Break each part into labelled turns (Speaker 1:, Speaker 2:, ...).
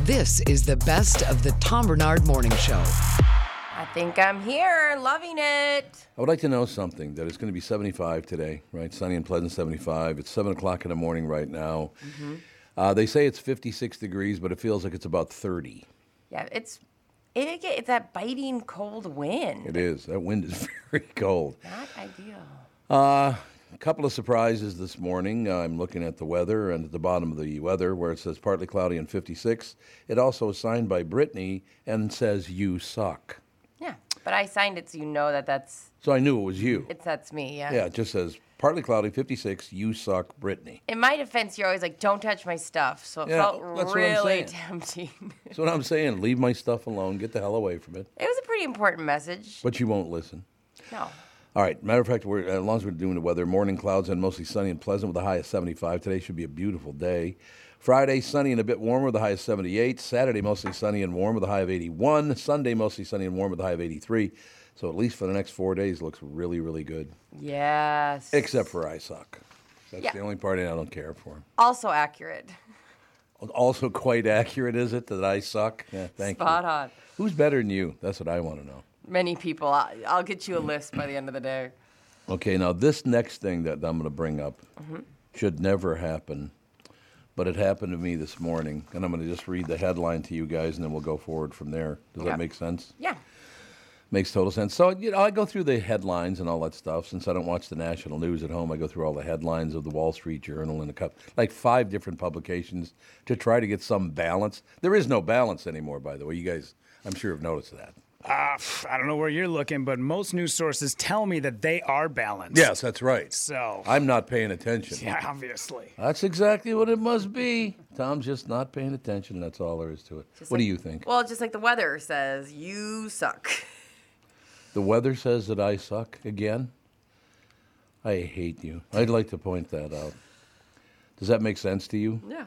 Speaker 1: This is the best of the Tom Bernard Morning Show.
Speaker 2: I think I'm here, loving it.
Speaker 3: I would like to know something that it's going to be 75 today, right? Sunny and pleasant 75. It's 7 o'clock in the morning right now. Uh, they say it's 56 degrees, but it feels like it's about 30.
Speaker 2: Yeah, it's it, it it's that biting cold wind.
Speaker 3: It is. That wind is very cold.
Speaker 2: Not ideal.
Speaker 3: A couple of surprises this morning. Uh, I'm looking at the weather, and at the bottom of the weather, where it says partly cloudy and 56, it also is signed by Brittany and says, You suck.
Speaker 2: Yeah, but I signed it so you know that that's
Speaker 3: So I knew it was you.
Speaker 2: it's that's me. Yeah.
Speaker 3: Yeah, it just says partly cloudy, 56, you suck, Brittany.
Speaker 2: In my defense, you're always like, "Don't touch my stuff," so it
Speaker 3: Yeah,
Speaker 2: felt
Speaker 3: that's what I'm
Speaker 2: really
Speaker 3: saying.
Speaker 2: tempting. it
Speaker 3: That's what I'm saying. Leave my stuff alone. Get the hell away from it.
Speaker 2: was a pretty important message.
Speaker 3: But you won't listen.
Speaker 2: No.
Speaker 3: All right. Matter of fact, we're, as long as we're doing the weather, morning clouds and mostly sunny and pleasant with a high of 75. Today should be a beautiful day. Friday, sunny and a bit warmer with a high of 78. Saturday, mostly sunny and warm with a high of 81. Sunday, mostly sunny and warm with a high of 83. So at least for the next four days, looks really, really good.
Speaker 2: Yes.
Speaker 3: Except for I suck. That's
Speaker 2: Yeah.
Speaker 3: the only part I don't care for.
Speaker 2: also accurate.
Speaker 3: Also, quite accurate, is it that I suck? Yeah, thank
Speaker 2: Spot
Speaker 3: you.
Speaker 2: on.
Speaker 3: Who's better than you? That's what I want to know.
Speaker 2: Many people. I'll, I'll get you a list by the end of the day.
Speaker 3: Okay, now this next thing that I'm going to bring up should never happen, but it happened to me this morning, and I'm going to just read the headline to you guys, and then we'll go forward from there. Does
Speaker 2: Yeah.
Speaker 3: that make sense?
Speaker 2: Yeah.
Speaker 3: Makes total sense. So you know, I go through the headlines and all that stuff. Since I don't watch the national news at home, I go through all the headlines of the Wall Street Journal and a couple, like five different publications, to try to get some balance. There is no balance anymore, by the way. You guys, I'm sure have noticed that.
Speaker 4: I don't know where you're looking, but most news sources tell me that they are balanced.
Speaker 3: Yes, that's right.
Speaker 4: So,
Speaker 3: I'm not paying attention.
Speaker 4: yeah, obviously.
Speaker 3: That's exactly what it must be. Tom's just not paying attention. That's all there is to it.
Speaker 2: Just
Speaker 3: what do
Speaker 2: like-
Speaker 3: you think?
Speaker 2: Well, just like the weather says, you suck.
Speaker 3: the weather says that I suck again. I hate you. I'd like to point that out. Does that make sense to you?
Speaker 2: Yeah.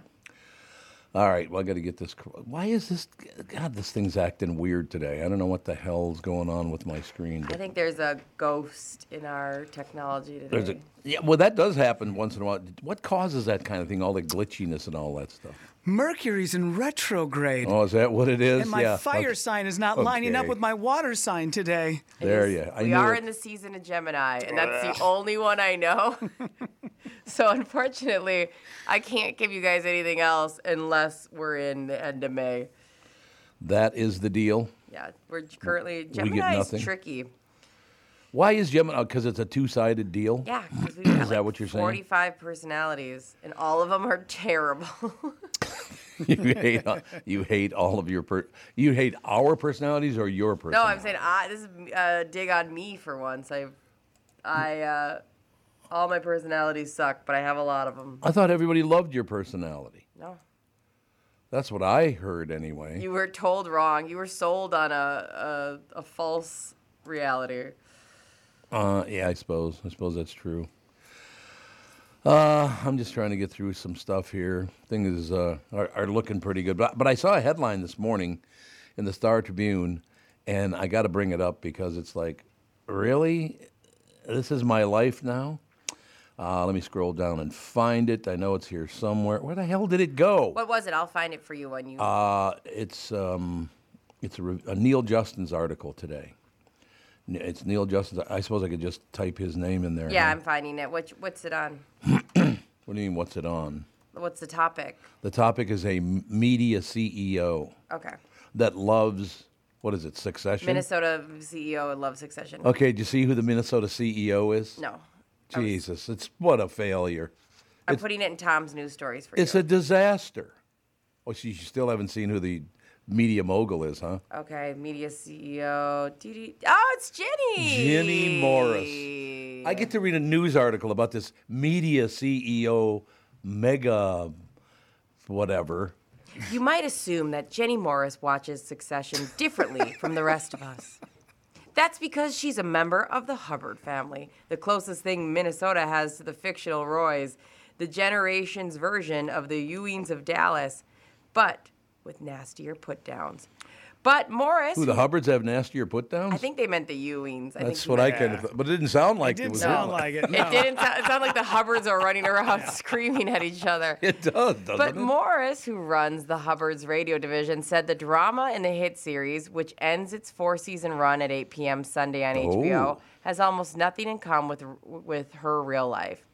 Speaker 3: All right. Well, I got to get this. cor- Why is this? God, this thing's acting weird today. I don't know what the hell's going on with my screen.
Speaker 2: I
Speaker 3: But
Speaker 2: think there's a ghost in our technology today.
Speaker 3: there's a, yeah, well, that does happen once in a while. What causes that kind of thing? All the glitchiness and all that stuff.
Speaker 4: Mercury's in retrograde.
Speaker 3: Oh, is that what it is?
Speaker 4: and my
Speaker 3: yeah.
Speaker 4: fire
Speaker 3: okay.
Speaker 4: sign is not lining up
Speaker 3: Okay.
Speaker 4: with my water sign today.
Speaker 3: There
Speaker 2: Yes,
Speaker 3: you. I
Speaker 2: we
Speaker 3: knew
Speaker 2: are
Speaker 3: it.
Speaker 2: in the season of Gemini, and that's the only one I know. so unfortunately, I can't give you guys anything else unless we're in the end of May.
Speaker 3: That is the deal.
Speaker 2: Yeah, we're currently
Speaker 3: get
Speaker 2: Gemini is
Speaker 3: nothing?
Speaker 2: tricky.
Speaker 3: Why is Gemini? Because it's a two-sided deal.
Speaker 2: Yeah, because we've got
Speaker 3: Is that
Speaker 2: like
Speaker 3: what you're saying?
Speaker 2: 45 personalities, and all of them are terrible.
Speaker 3: you hate uh, you hate all of your per, you hate our personalities or your
Speaker 2: no, I'm
Speaker 3: personalities.
Speaker 2: saying I, this is a dig on me for once. I, I, uh, all my personalities suck, but I have a lot of them.
Speaker 3: I thought everybody loved your personality.
Speaker 2: No.
Speaker 3: That's what I heard anyway.
Speaker 2: You were told wrong. You were sold on a a, a false reality.
Speaker 3: Uh, yeah, I suppose. I suppose that's true. Uh, I'm just trying to get through some stuff here. Things is, uh, are, are looking pretty good. But, but I saw a headline this morning in the Star Tribune, and I got to bring it up because it's like, really? This is my life now? Uh, let me scroll down and find it. I know it's here somewhere. Where the hell did it go?
Speaker 2: What was it? I'll find it for you when you.
Speaker 3: Uh, it's um, it's a, re- a Neil Justin's article today. N- It's Neil Justin's. I suppose I could just type his name in there.
Speaker 2: yeah,
Speaker 3: huh?
Speaker 2: I'm finding it. What what's it on?
Speaker 3: What do you mean? What's it on?
Speaker 2: What's the topic?
Speaker 3: The topic is a m- media CEO
Speaker 2: Okay.
Speaker 3: that loves what is it? Succession.
Speaker 2: Minnesota CEO would love Succession.
Speaker 3: Okay. Do you see who the Minnesota CEO is?
Speaker 2: No,
Speaker 3: Jesus, it's what a failure.
Speaker 2: I'm putting it in Tom's news stories for
Speaker 3: It's
Speaker 2: you.
Speaker 3: a disaster. Oh, so you still haven't seen who the media mogul is, huh?
Speaker 2: okay, media CEO. Dee dee- Oh, it's Jenny.
Speaker 3: Jenny Morris. I get to read a news article about this media CEO mega whatever.
Speaker 2: You might assume that Jenny Morris watches Succession differently from the rest of us. That's because she's a member of the Hubbard family, the closest thing Minnesota has to the fictional Roys, the generation's version of the Ewings of Dallas, but with nastier put downs. But Morris,
Speaker 3: Who the Hubbards have nastier put downs?
Speaker 2: I think they meant the Ewings. I think
Speaker 3: That's
Speaker 2: he
Speaker 3: what I
Speaker 2: meant-
Speaker 3: kind of thought. But it didn't sound like
Speaker 4: It
Speaker 3: it,
Speaker 4: did
Speaker 3: was written
Speaker 4: sound like it.
Speaker 2: It
Speaker 4: No.
Speaker 2: didn't sound, it sounded like the Hubbards are running around screaming at each other.
Speaker 3: It does, doesn't
Speaker 2: But
Speaker 3: it?
Speaker 2: Morris, who runs the Hubbard's radio division, said the drama in the hit series, which ends its four-season run at 8 p.m. Sunday on HBO,
Speaker 3: Oh.
Speaker 2: has almost nothing in common with with her real life.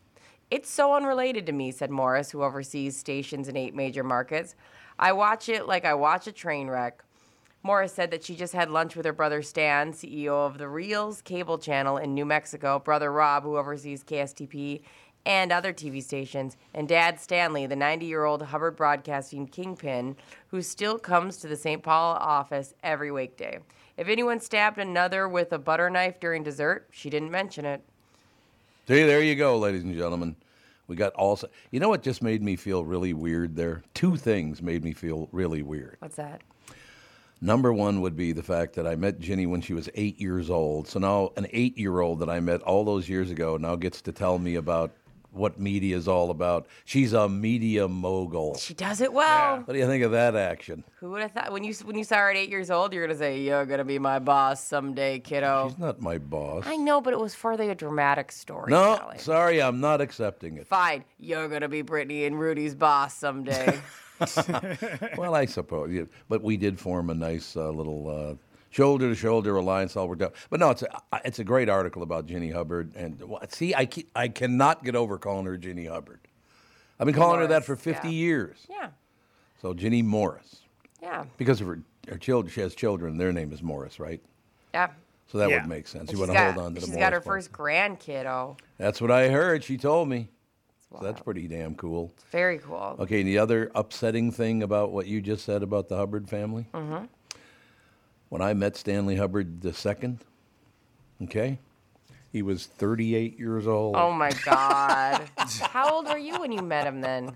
Speaker 2: It's so unrelated to me," said Morris, who oversees stations in eight major markets. "I watch it like I watch a train wreck." Morris said that she just had lunch with her brother Stan, CEO of the Reels cable channel in New Mexico, brother Rob, who oversees KSTP and other TV stations, and dad Stanley, the 90 year old Hubbard Broadcasting kingpin, who still comes to the St. Paul office every weekday. If anyone stabbed another with a butter knife during dessert, she didn't mention it.
Speaker 3: See, there you go, ladies and gentlemen. We got all. s- You know what just made me feel really weird there? Two things made me feel really weird.
Speaker 2: What's that?
Speaker 3: Number one would be the fact that I met Ginny when she was eight years old. So now an eight year old that I met all those years ago now gets to tell me about what media is all about. She's a media mogul.
Speaker 2: She does it well.
Speaker 3: What do you think of that action?
Speaker 2: Who would have thought? When you when you saw her at eight years old, you're gonna say, "You're gonna be my boss someday, kiddo."
Speaker 3: She's not my boss.
Speaker 2: I know, but it was for the dramatic story.
Speaker 3: no,
Speaker 2: Sally.
Speaker 3: sorry, I'm not accepting it.
Speaker 2: Fine, you're gonna be Brittany and Rudy's boss someday.
Speaker 3: Well, I suppose, yeah. but we did form a nice uh, little uh, shoulder-to-shoulder alliance. All worked out. But no, it's a, I- it's a great article about Ginny Hubbard. And wha- see, I ke- I cannot get over calling her Ginny Hubbard. I've been calling her that for
Speaker 2: Morris, yeah.
Speaker 3: 50 years.
Speaker 2: yeah,
Speaker 3: So Ginny Morris,
Speaker 2: yeah,
Speaker 3: because of her her children, she has children. Their name is Morris, right?
Speaker 2: yeah.
Speaker 3: So that
Speaker 4: Yeah.
Speaker 3: would make sense. You
Speaker 2: She's
Speaker 3: want to
Speaker 2: got,
Speaker 3: hold on to the
Speaker 2: she's
Speaker 3: Morris.
Speaker 2: got her
Speaker 3: part.
Speaker 2: first grandkiddo.
Speaker 3: That's what I heard. She told me. So that's
Speaker 2: wild.
Speaker 3: pretty damn cool.
Speaker 2: Very cool.
Speaker 3: Okay, and the other upsetting thing about what you just said about the Hubbard family? Mm-hmm. When I met Stanley Hubbard II, okay, he was 38 years old,
Speaker 2: Oh my God. How old were you when you met him then?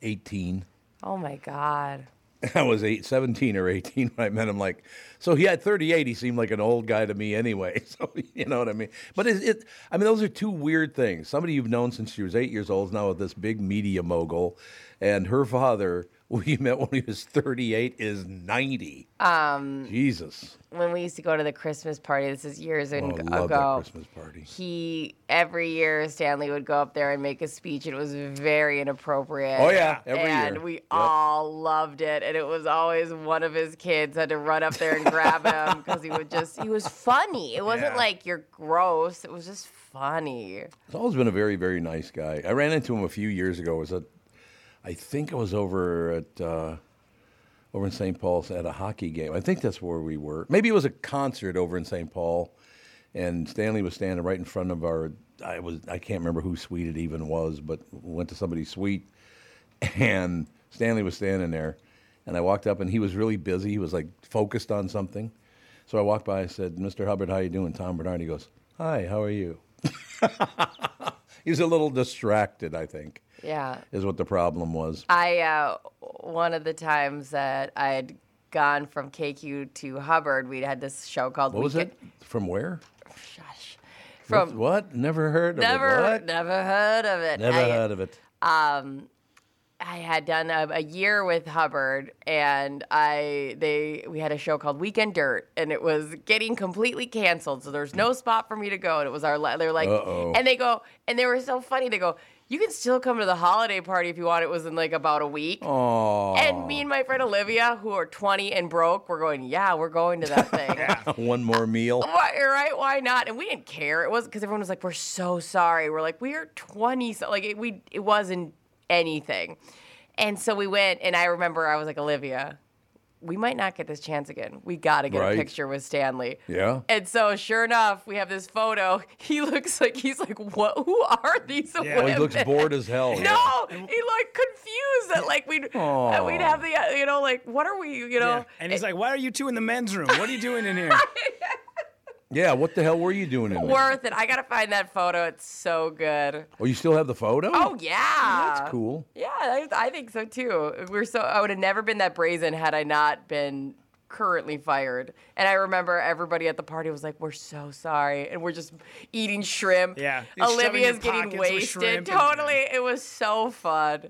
Speaker 3: 18.
Speaker 2: Oh my God.
Speaker 3: I was eight, 17 or 18 when I met him. Like, so he had 38. He seemed like an old guy to me anyway. So you know what I mean. But it, it I mean, those are two weird things. Somebody you've known since she was eight years old is now this big media mogul, and her father, who you met when he was 38, is 90. Um, Jesus,
Speaker 2: When we used to go to the Christmas party, this is years
Speaker 3: oh, I
Speaker 2: and
Speaker 3: love
Speaker 2: ago.
Speaker 3: that Christmas party.
Speaker 2: He every year Stanley would go up there and make a speech. and It was very inappropriate.
Speaker 3: Oh, yeah, every
Speaker 2: and
Speaker 3: year.
Speaker 2: we
Speaker 3: Yep.
Speaker 2: all loved it. And it was always one of his kids had to run up there and grab him because he would just he was funny. It wasn't
Speaker 4: Yeah.
Speaker 2: like you're gross. It was just funny.
Speaker 3: He's always been a very, very nice guy. I ran into him a few years ago. It was at, I think it was over at, uh, over in St. Paul's at a hockey game. I think that's where we were. Maybe it was a concert over in St. Paul, and Stanley was standing right in front of our. I was I can't remember whose suite it even was, but we went to somebody's suite, and Stanley was standing there, and I walked up, and he was really busy. He was like focused on something, so I walked by. I said, "Mr. Hubbard, how you doing?" Tom Bernard. He goes, "Hi, how are you?" He's a little distracted, I think,
Speaker 2: Yeah.
Speaker 3: is what the problem was.
Speaker 2: I uh, one of the times that I had gone from KQ to Hubbard, we had this show called
Speaker 3: What was
Speaker 2: Weekend.
Speaker 3: it? From where?
Speaker 2: Shush. From
Speaker 3: what? what? Never heard of
Speaker 2: never
Speaker 3: it. What?
Speaker 2: never heard of it.
Speaker 3: Never
Speaker 2: I-
Speaker 3: heard of it.
Speaker 2: I had done a, a year with Hubbard, and I they we had a show called Weekend Dirt, and it was getting completely canceled. So there's no spot for me to go, and it was our la- they're like,
Speaker 3: Uh-oh.
Speaker 2: and they go, and they were so funny. They go, you can still come to the holiday party if you want. It was in like about a week.
Speaker 3: Aw.
Speaker 2: And me and my friend Olivia, who are 20 and broke, were going, yeah, we're going to that thing.
Speaker 3: One more meal.
Speaker 2: Why, right? Why not? And we didn't care. It was because everyone was like, "We're so sorry." We're like, "We are twenty, so like it, we it wasn't anything." And so we went, and I remember I was like, "Olivia, we might not get this chance again. We got to get
Speaker 3: Right.
Speaker 2: a picture with Stanley."
Speaker 3: Yeah.
Speaker 2: And so, sure enough, we have this photo. He looks like he's like, "What? Who are these
Speaker 4: Yeah.
Speaker 2: women?"
Speaker 4: Well,
Speaker 3: Oh, He looks bored as hell.
Speaker 2: No, he looked confused that like we'd that we'd have the uh, you know like what are we you know
Speaker 4: Yeah. And he's like, "Why are you two in the men's room? What are you doing in here?"
Speaker 3: Yeah, what the hell were you doing in there?
Speaker 2: worth it. I gotta find that photo. It's so good.
Speaker 3: Oh, you still have the photo?
Speaker 2: Oh yeah,
Speaker 3: That's cool.
Speaker 2: Yeah, I, I think so too. We're so I would have never been that brazen had I not been currently fired. And I remember everybody at the party was like, "We're so sorry," and we're just eating shrimp.
Speaker 4: Yeah. It's shoving
Speaker 2: Olivia's
Speaker 4: your
Speaker 2: getting
Speaker 4: pockets with
Speaker 2: wasted.
Speaker 4: shrimp and-
Speaker 2: Totally, it was so fun.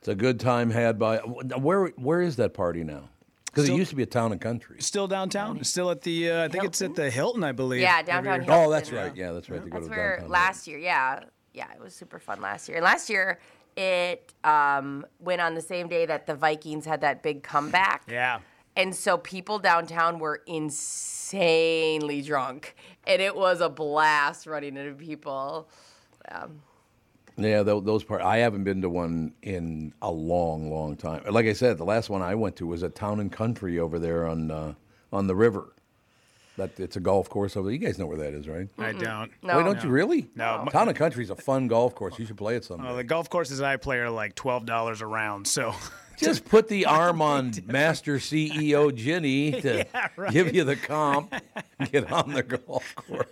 Speaker 3: It's a good time had by. Where Where is that party now? Because it used to be a town and country.
Speaker 4: Still downtown. Still at the. Uh, I think it's at the Hilton, I believe.
Speaker 2: Yeah, downtown. Hilton.
Speaker 3: Oh, that's right. Yeah, that's right. They go
Speaker 2: That's
Speaker 3: to
Speaker 2: where
Speaker 3: downtown.
Speaker 2: last year, yeah, yeah, it was super fun last year. And last year, it um, went on the same day that the Vikings had that big comeback.
Speaker 4: Yeah.
Speaker 2: And so people downtown were insanely drunk, and it was a blast running into people.
Speaker 3: Yeah, tho- those part. I haven't been to one in a long, long time. Like I said, the last one I went to was at Town and Country over there on uh, on the river. That it's a golf course over there. You guys know where that is, right?
Speaker 4: I don't.
Speaker 2: No.
Speaker 3: Wait, don't you really?
Speaker 4: No. No.
Speaker 3: Town and Country is a fun golf course. You should play it someday.
Speaker 4: Well, the golf courses I play are like twelve dollars a round. So.
Speaker 3: Just put the arm on Master CEO Ginny to give you the comp. Get on the golf course.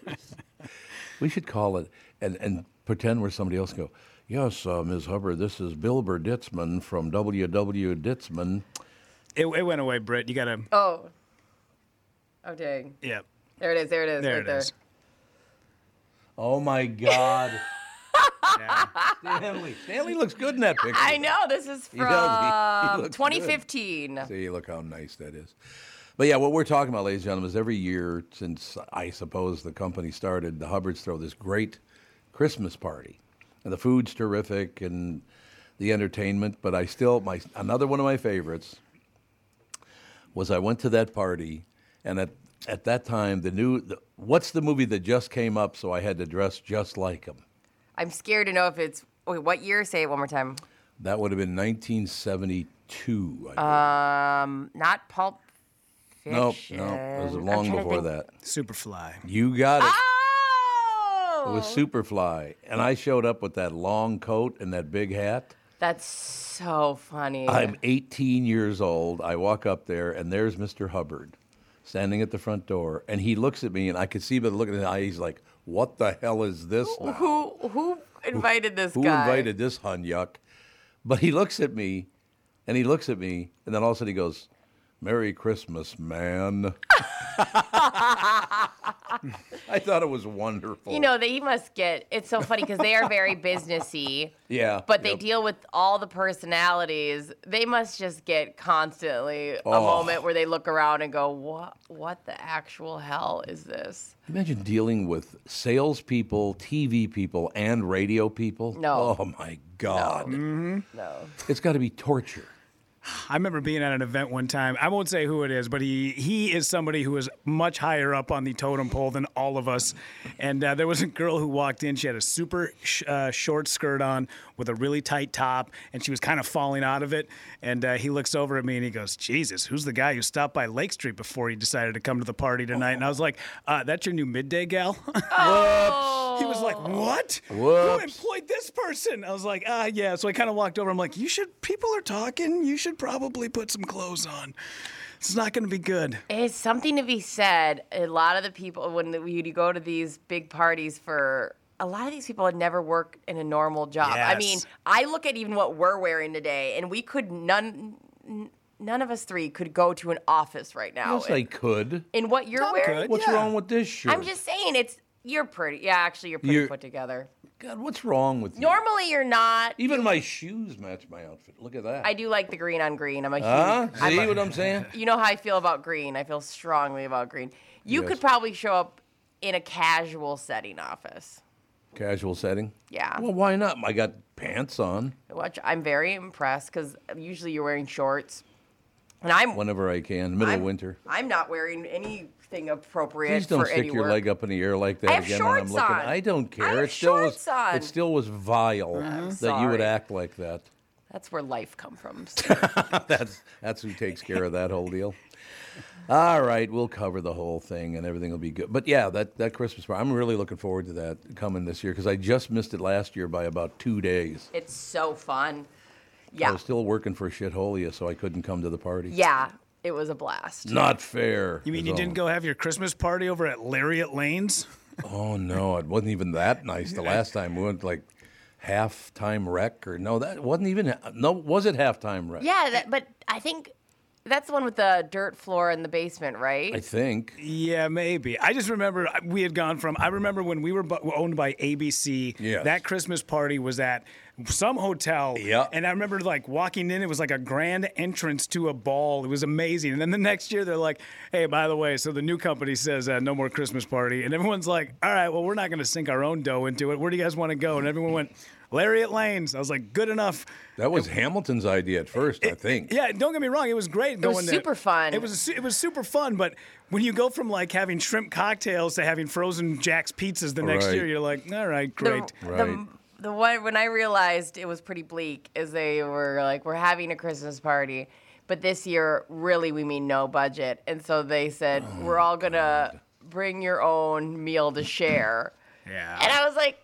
Speaker 3: We should call it and, and pretend we're somebody else. Go, yes, uh, Ms. Hubbard, this is Bill Ditzman from WW Ditzman.
Speaker 4: It, it went away, Britt. You gotta.
Speaker 2: Oh, oh, dang!
Speaker 4: Yeah.
Speaker 2: There it is. There it is.
Speaker 4: There
Speaker 2: right
Speaker 4: it
Speaker 2: there.
Speaker 4: is.
Speaker 3: Oh my God,
Speaker 4: Yeah.
Speaker 3: Stanley! Stanley looks good in that picture.
Speaker 2: I know this is from
Speaker 3: does. He- he looks good.
Speaker 2: 2015.
Speaker 3: See, look how nice that is. But yeah, what we're talking about, ladies and gentlemen, is every year since I suppose the company started, the Hubbards throw this great Christmas party, and the food's terrific and the entertainment. But I still my another one of my favorites was I went to that party, and at at that time the new the, what's the movie that just came up, so I had to dress just like him.
Speaker 2: I'm scared to know if it's wait, what year? Say it one more time.
Speaker 3: That would have been 1972. I believe.
Speaker 2: Oh, Um, Not Pulp
Speaker 3: no,
Speaker 2: Fiction.
Speaker 3: no, it was
Speaker 2: I'm
Speaker 3: long
Speaker 2: trying to
Speaker 3: before
Speaker 2: think.
Speaker 3: that.
Speaker 4: Superfly.
Speaker 3: You got it.
Speaker 2: Oh,
Speaker 3: It was Superfly, and I showed up with that long coat and that big hat.
Speaker 2: That's so funny.
Speaker 3: I'm 18 years old. I walk up there, and there's Mr. Hubbard standing at the front door, and he looks at me, and I could see by the look in his eye, he's like, "What the hell is this now?
Speaker 2: who who invited this
Speaker 3: Who
Speaker 2: guy?
Speaker 3: invited this hunyuck?" But he looks at me, and he looks at me, and then all of a sudden he goes, "Merry Christmas, man." I thought it was wonderful.
Speaker 2: You know, they must get. It's so funny because they are very businessy.
Speaker 3: Yeah,
Speaker 2: But they
Speaker 3: yep.
Speaker 2: deal with all the personalities. They must just get constantly a
Speaker 3: Oh.
Speaker 2: moment where they look around and go, "What? What the actual hell is this?"
Speaker 3: Imagine dealing with salespeople, TV people, and radio people.
Speaker 2: No.
Speaker 3: Oh my God.
Speaker 2: No.
Speaker 3: It's got to be torture.
Speaker 4: I remember being at an event one time. I won't say who it is, but he he is somebody who is much higher up on the totem pole than all of us. And uh, there was a girl who walked in. She had a super sh- uh, short skirt on with a really tight top, and she was kind of falling out of it. And uh, he looks over at me and he goes, "Jesus, who's the guy who stopped by Lake Street before he decided to come to the party tonight?" And I was like, uh, "That's your new midday gal." He was like, "What? Who
Speaker 3: Whoops.
Speaker 4: employed this person?" I was like, "Ah, yeah." So I kind of walked over. I'm like, "You should. People are talking. You should probably put some clothes on. It's not going to be good."
Speaker 2: It's something to be said. A lot of the people, when the- you go to these big parties for, a lot of these people had never worked in a normal job. I mean,
Speaker 4: Yes.
Speaker 2: I look at even what we're wearing today, and we could none, n- none of us three could go to an office right now.
Speaker 3: Yes, I could.
Speaker 2: in what you're
Speaker 4: Tom
Speaker 2: wearing,
Speaker 4: could.
Speaker 3: What's
Speaker 4: Yeah.
Speaker 3: wrong with this shirt?
Speaker 2: I'm just saying it's. You're pretty. Yeah, actually, you're pretty
Speaker 3: You're-
Speaker 2: put together.
Speaker 3: God, what's wrong with you?
Speaker 2: Normally, you're not.
Speaker 3: Even my shoes match my outfit. Look at that.
Speaker 2: I do like the green on green. I'm a huge.
Speaker 3: Huh?
Speaker 2: I'm
Speaker 3: See
Speaker 2: a-
Speaker 3: what I'm saying?
Speaker 2: you know how I feel about green. I feel strongly about green. You
Speaker 3: Yes.
Speaker 2: could probably show up in a casual setting office.
Speaker 3: Casual setting.
Speaker 2: Yeah.
Speaker 3: Well, why not? I got pants on
Speaker 2: Watch, I'm very impressed because usually you're wearing shorts, and I'm
Speaker 3: whenever I can. Middle
Speaker 2: I'm,
Speaker 3: of winter.
Speaker 2: I'm not wearing anything appropriate
Speaker 3: Please don't
Speaker 2: for
Speaker 3: stick
Speaker 2: any
Speaker 3: your
Speaker 2: work.
Speaker 3: leg up in the air like that
Speaker 2: I have
Speaker 3: again
Speaker 2: shorts
Speaker 3: when I'm looking.
Speaker 2: on.
Speaker 3: I don't care.
Speaker 2: I have
Speaker 3: it still was.
Speaker 2: shorts on.
Speaker 3: It still was vile that you would
Speaker 2: sorry.
Speaker 3: act like that.
Speaker 2: That's where life comes from.
Speaker 3: that's that's who takes care of that whole deal. All right, we'll cover the whole thing and everything will be good. But yeah, that that Christmas party, I'm really looking forward to that coming this year because I just missed it last year by about two days.
Speaker 2: it's so fun.
Speaker 3: I
Speaker 2: Yeah,
Speaker 3: was still working for Shitholia, so I couldn't come to the party.
Speaker 2: yeah, it was a blast.
Speaker 3: Not fair.
Speaker 4: You mean
Speaker 3: is
Speaker 4: you
Speaker 3: all.
Speaker 4: didn't go have your Christmas party over at Lariat Lanes?
Speaker 3: Oh no, it wasn't even that nice. The last time we went like halftime wreck or no, that wasn't even no. Was it halftime wreck?
Speaker 2: Yeah, that, but I think that's the one with the dirt floor in the basement, right?
Speaker 3: I think.
Speaker 4: Yeah, maybe. I just remember uh, we had gone from. I remember when we were bu- owned by ABC.
Speaker 3: Yes.
Speaker 4: That Christmas party was at some hotel.
Speaker 3: Yep.
Speaker 4: And I remember like walking in, it was like a grand entrance to a ball. It was amazing. And then the next year, they're like, hey, by the way, so the new company says uh, no more Christmas party. And everyone's like, all right, well, we're not going to sink our own dough into it. Where do you guys want to go? And everyone went, Larry at Lane's. I was like, good enough.
Speaker 3: That was Hamilton's idea at first, I think.
Speaker 4: Yeah, don't get me wrong. It was great
Speaker 2: was
Speaker 4: going to-
Speaker 2: super fun.
Speaker 4: It was su- it was super fun, but when you go from like having shrimp cocktails to having frozen Jack's pizzas the next
Speaker 3: Right.
Speaker 4: year, you're like, all right,
Speaker 2: The-
Speaker 4: great.
Speaker 2: Oh, The,
Speaker 3: Right.
Speaker 2: the one when I realized it was pretty bleak is they were like, we're having a Christmas party, but this year really we mean no budget, and so they said
Speaker 3: Oh,
Speaker 2: we're all gonna bring your own meal to share.
Speaker 4: Yeah.
Speaker 2: And I was like,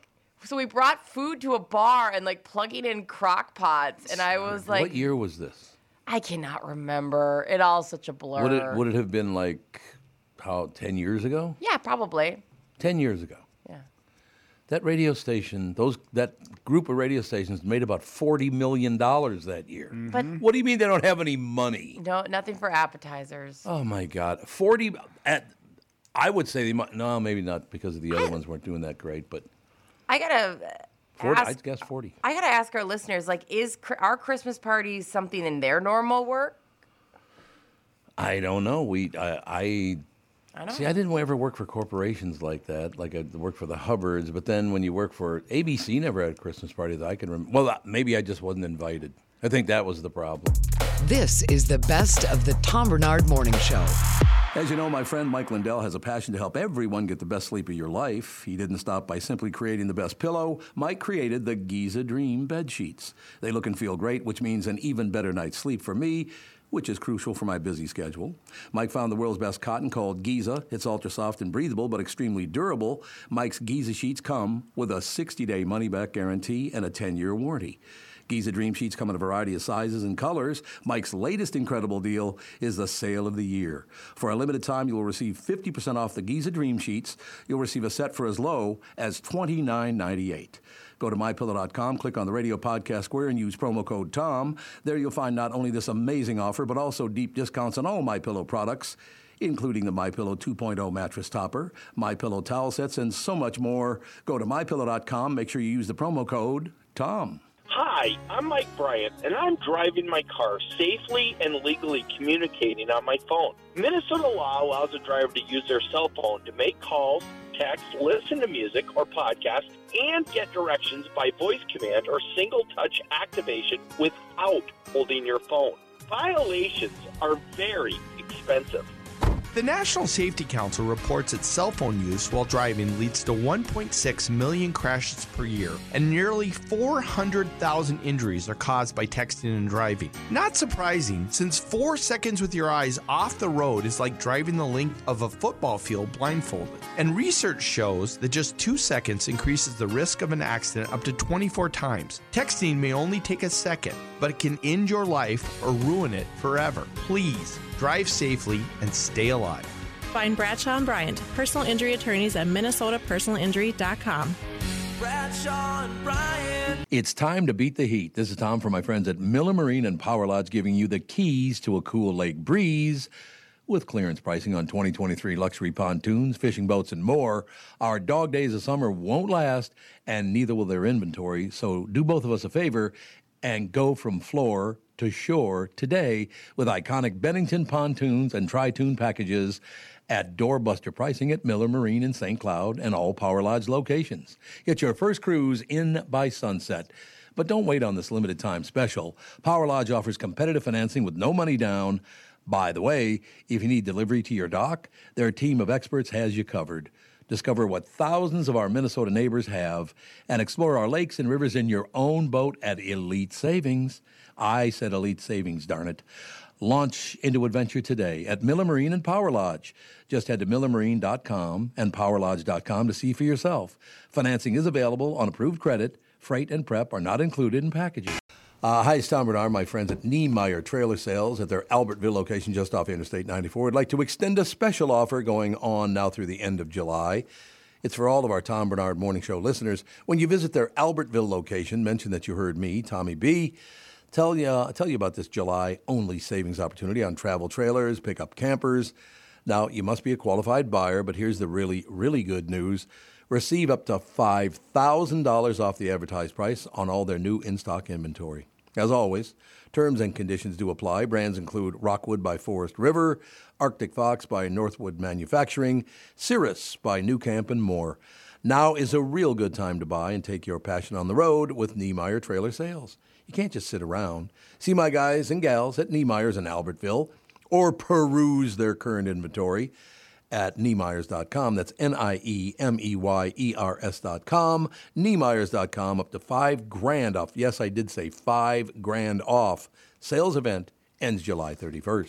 Speaker 2: so we brought food to a bar and like plugging in crock pots, and I was like,
Speaker 3: what year was this?
Speaker 2: I cannot remember. It all such a blur.
Speaker 3: Would it would it have been like how ten years ago?
Speaker 2: yeah, probably.
Speaker 3: Ten years ago.
Speaker 2: Yeah.
Speaker 3: That radio station, those that group of radio stations made about forty million dollars that year.
Speaker 2: But-
Speaker 3: what do you mean they don't have any money?
Speaker 2: No, nothing for appetizers.
Speaker 3: Oh my God, forty. At, I would say they might. No, maybe not because the other ones weren't doing that great. But
Speaker 2: I gotta. uh,
Speaker 3: 40,
Speaker 2: ask-
Speaker 3: I'd guess forty.
Speaker 2: I gotta ask our listeners, like, is cr- our Christmas parties something in their normal work?
Speaker 3: I don't know. We I, I
Speaker 2: don't
Speaker 3: see. I didn't ever work for corporations like that. Like I worked for the Hubbards, but then when you work for ABC, never had a Christmas party that I can remember. Well, uh, maybe I just wasn't invited. I think that was the problem.
Speaker 1: This is the best of the Tom Bernard Morning Show.
Speaker 5: As you know, my friend Mike Lindell has a passion to help everyone get the best sleep of your life. He didn't stop by simply creating the best pillow. Mike created the Giza Dream bed sheets. They look and feel great, which means an even better night's sleep for me, which is crucial for my busy schedule. Mike found the world's best cotton called Giza. It's ultra soft and breathable, but extremely durable. Mike's Giza sheets come with a 60-day money-back guarantee and a 10-year warranty. Giza Dream Sheets come in a variety of sizes and colors. Mike's latest incredible deal is the sale of the year. For a limited time, you'll receive 50% off the Giza Dream Sheets. You'll receive a set for as low as $29.98. Go to mypillow.com, click on the radio podcast square, and use promo code TOM. There you'll find not only this amazing offer, but also deep discounts on all MyPillow products including the MyPillow 2.0 mattress topper, MyPillow towel sets, and so much more. Go to MyPillow.com. Make sure you use the promo code TOM.
Speaker 6: Hi, I'm Mike Bryant, and I'm driving my car safely and legally communicating on my phone. Minnesota law allows a driver to use their cell phone to make calls, text, listen to music or podcasts, and get directions by voice command or single touch activation without holding your phone. Violations are very expensive.
Speaker 7: The National Safety Council reports that cell phone use while driving leads to 1.6 million crashes per year, and nearly 400,000 injuries are caused by texting and driving. Not surprising, since four seconds with your eyes off the road is like driving the length of a football field blindfolded. And research shows that just two seconds increases the risk of an accident up to 24 times. Texting may only take a second, but it can end your life or ruin it forever. Please drive safely and stay alive.
Speaker 8: Find Bradshaw and Bryant, personal injury attorneys at minnesotapersonalinjury.com.
Speaker 3: It's time to beat the heat. This is Tom from my friends at Miller Marine and Power Lodge giving you the keys to a cool lake breeze with clearance pricing on 2023 luxury pontoons, fishing boats, and more. Our dog days of summer won't last, and neither will their inventory. So do both of us a favor and go from floor to shore today with iconic Bennington pontoons and tri-tune packages at doorbuster pricing at Miller Marine in St. Cloud and all Power Lodge locations. Get your first cruise in by sunset. But don't wait on this limited time special. Power Lodge offers competitive financing with no money down. By the way, if you need delivery to your dock, their team of experts has you covered. Discover what thousands of our Minnesota neighbors have and explore our lakes and rivers in your own boat at Elite Savings. I said Elite Savings, darn it. Launch into adventure today at Miller Marine and Power Lodge. Just head to millermarine.com and powerlodge.com to see for yourself. Financing is available on approved credit. Freight and prep are not included in packages. Uh, hi, it's Tom Bernard, my friends at Niemeyer Trailer Sales at their Albertville location just off Interstate 94. I'd like to extend a special offer going on now through the end of July. It's for all of our Tom Bernard Morning Show listeners. When you visit their Albertville location, mention that you heard me, Tommy B. Tell you, tell you about this July only savings opportunity on travel trailers, pickup campers. Now, you must be a qualified buyer, but here's the really, really good news. receive up to $5,000 off the advertised price on all their new in stock inventory. As always, terms and conditions do apply. Brands include Rockwood by Forest River, Arctic Fox by Northwood Manufacturing, Cirrus by Newcamp, and more. Now is a real good time to buy and take your passion on the road with Niemeyer Trailer Sales. You can't just sit around. See my guys and gals at Niemeyer's in Albertville or peruse their current inventory at niemeyers.com. That's N I E M E Y E R S.com. Niemeyers.com up to five grand off. Yes, I did say five grand off. Sales event ends July 31st.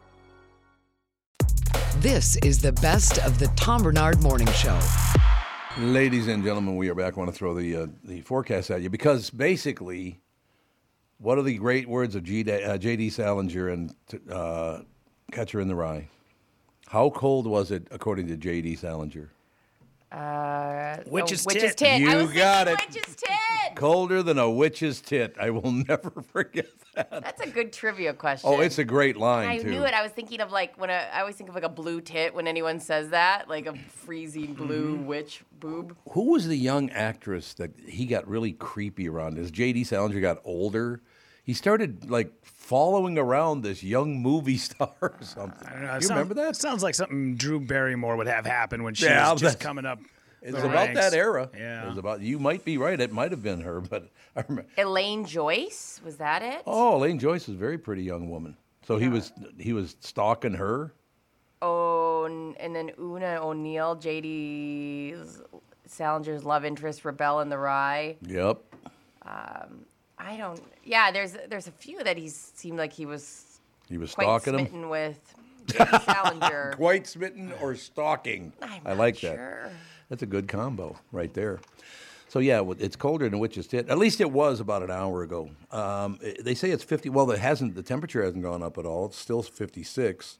Speaker 1: This is the best of the Tom Bernard Morning Show.
Speaker 3: Ladies and gentlemen, we are back. I want to throw the uh, the forecast at you because basically, what are the great words of G- uh, J.D. Salinger and uh, Catcher in the Rye? How cold was it according to J.D. Salinger?
Speaker 4: Which is
Speaker 2: Oh, which
Speaker 4: tit.
Speaker 2: is tit. I
Speaker 3: You
Speaker 2: was thinking
Speaker 3: got it.
Speaker 2: Which is tit.
Speaker 3: Colder than a witch's tit. I will never forget that.
Speaker 2: That's a good trivia question.
Speaker 3: Oh, it's a great line
Speaker 2: I
Speaker 3: too.
Speaker 2: knew it. I was thinking of like when a, I always think of like a blue tit when anyone says that, like a freezing blue
Speaker 3: Mm-hmm.
Speaker 2: witch boob.
Speaker 3: Who was the young actress that he got really creepy around? As J.D. Salinger got older, he started like following around this young movie star or something.
Speaker 4: I don't know, it
Speaker 3: you
Speaker 4: Uh, sound-
Speaker 3: remember that?
Speaker 4: Sounds like something Drew Barrymore would have happen when she
Speaker 3: Yeah,
Speaker 4: was
Speaker 3: that's-
Speaker 4: just coming up.
Speaker 3: It
Speaker 4: the
Speaker 3: was about
Speaker 4: ranks.
Speaker 3: that era.
Speaker 4: Yeah.
Speaker 3: It was about. You might be right. It might have been her, but I remember.
Speaker 2: Elaine Joyce was that it?
Speaker 3: Oh, Elaine Joyce was a very pretty young woman. So he was he was stalking her.
Speaker 2: Oh, and, and then Una O'Neill, J.D. Salinger's love interest, Rebel in the Rye.
Speaker 3: Yep.
Speaker 2: I don't. Yeah, there's there's a few that he seemed like he was
Speaker 3: He was
Speaker 2: quite
Speaker 3: stalking him.
Speaker 2: smitten with. J.D. Salinger.
Speaker 3: Quite smitten or stalking.
Speaker 2: I'm
Speaker 3: I
Speaker 2: not
Speaker 3: like that.
Speaker 2: sure.
Speaker 3: That's a good combo right there. So yeah, w- it's colder than Witch's Tit. At least it was about an hour ago. Um, i- they say it's 50. Well, it hasn't. The temperature hasn't gone up at all. It's still 56.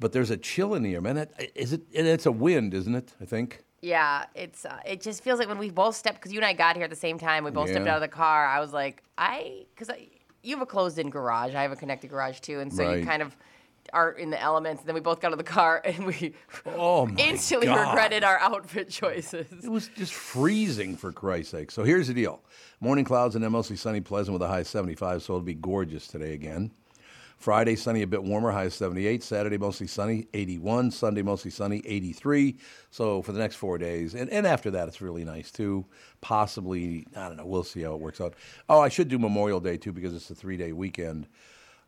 Speaker 3: But there's a chill in the air, man. That, eh, is it? And it's a wind, isn't it? I think.
Speaker 2: Yeah, it's uh, it just feels like when we both stepped because you and I got here at the same time. We both stepped
Speaker 3: Yeah.
Speaker 2: out of the car. I was like, I because I, you have a closed-in garage. I have a connected garage too, and so
Speaker 3: Right.
Speaker 2: you kind of are in the elements. And then we both got out of the car and we
Speaker 3: Oh my
Speaker 2: instantly
Speaker 3: God.
Speaker 2: regretted our outfit choices.
Speaker 3: It was just freezing for Christ's sake. So here's the deal: morning clouds and then mostly sunny, pleasant with a high 75. So it'll be gorgeous today again. Friday sunny, a bit warmer, high 78. Saturday mostly sunny, 81. Sunday mostly sunny, 83. So for the next four days, and, and after that, it's really nice too. Possibly, I don't know. We'll see how it works out. Oh, I should do Memorial Day too because it's a three-day weekend.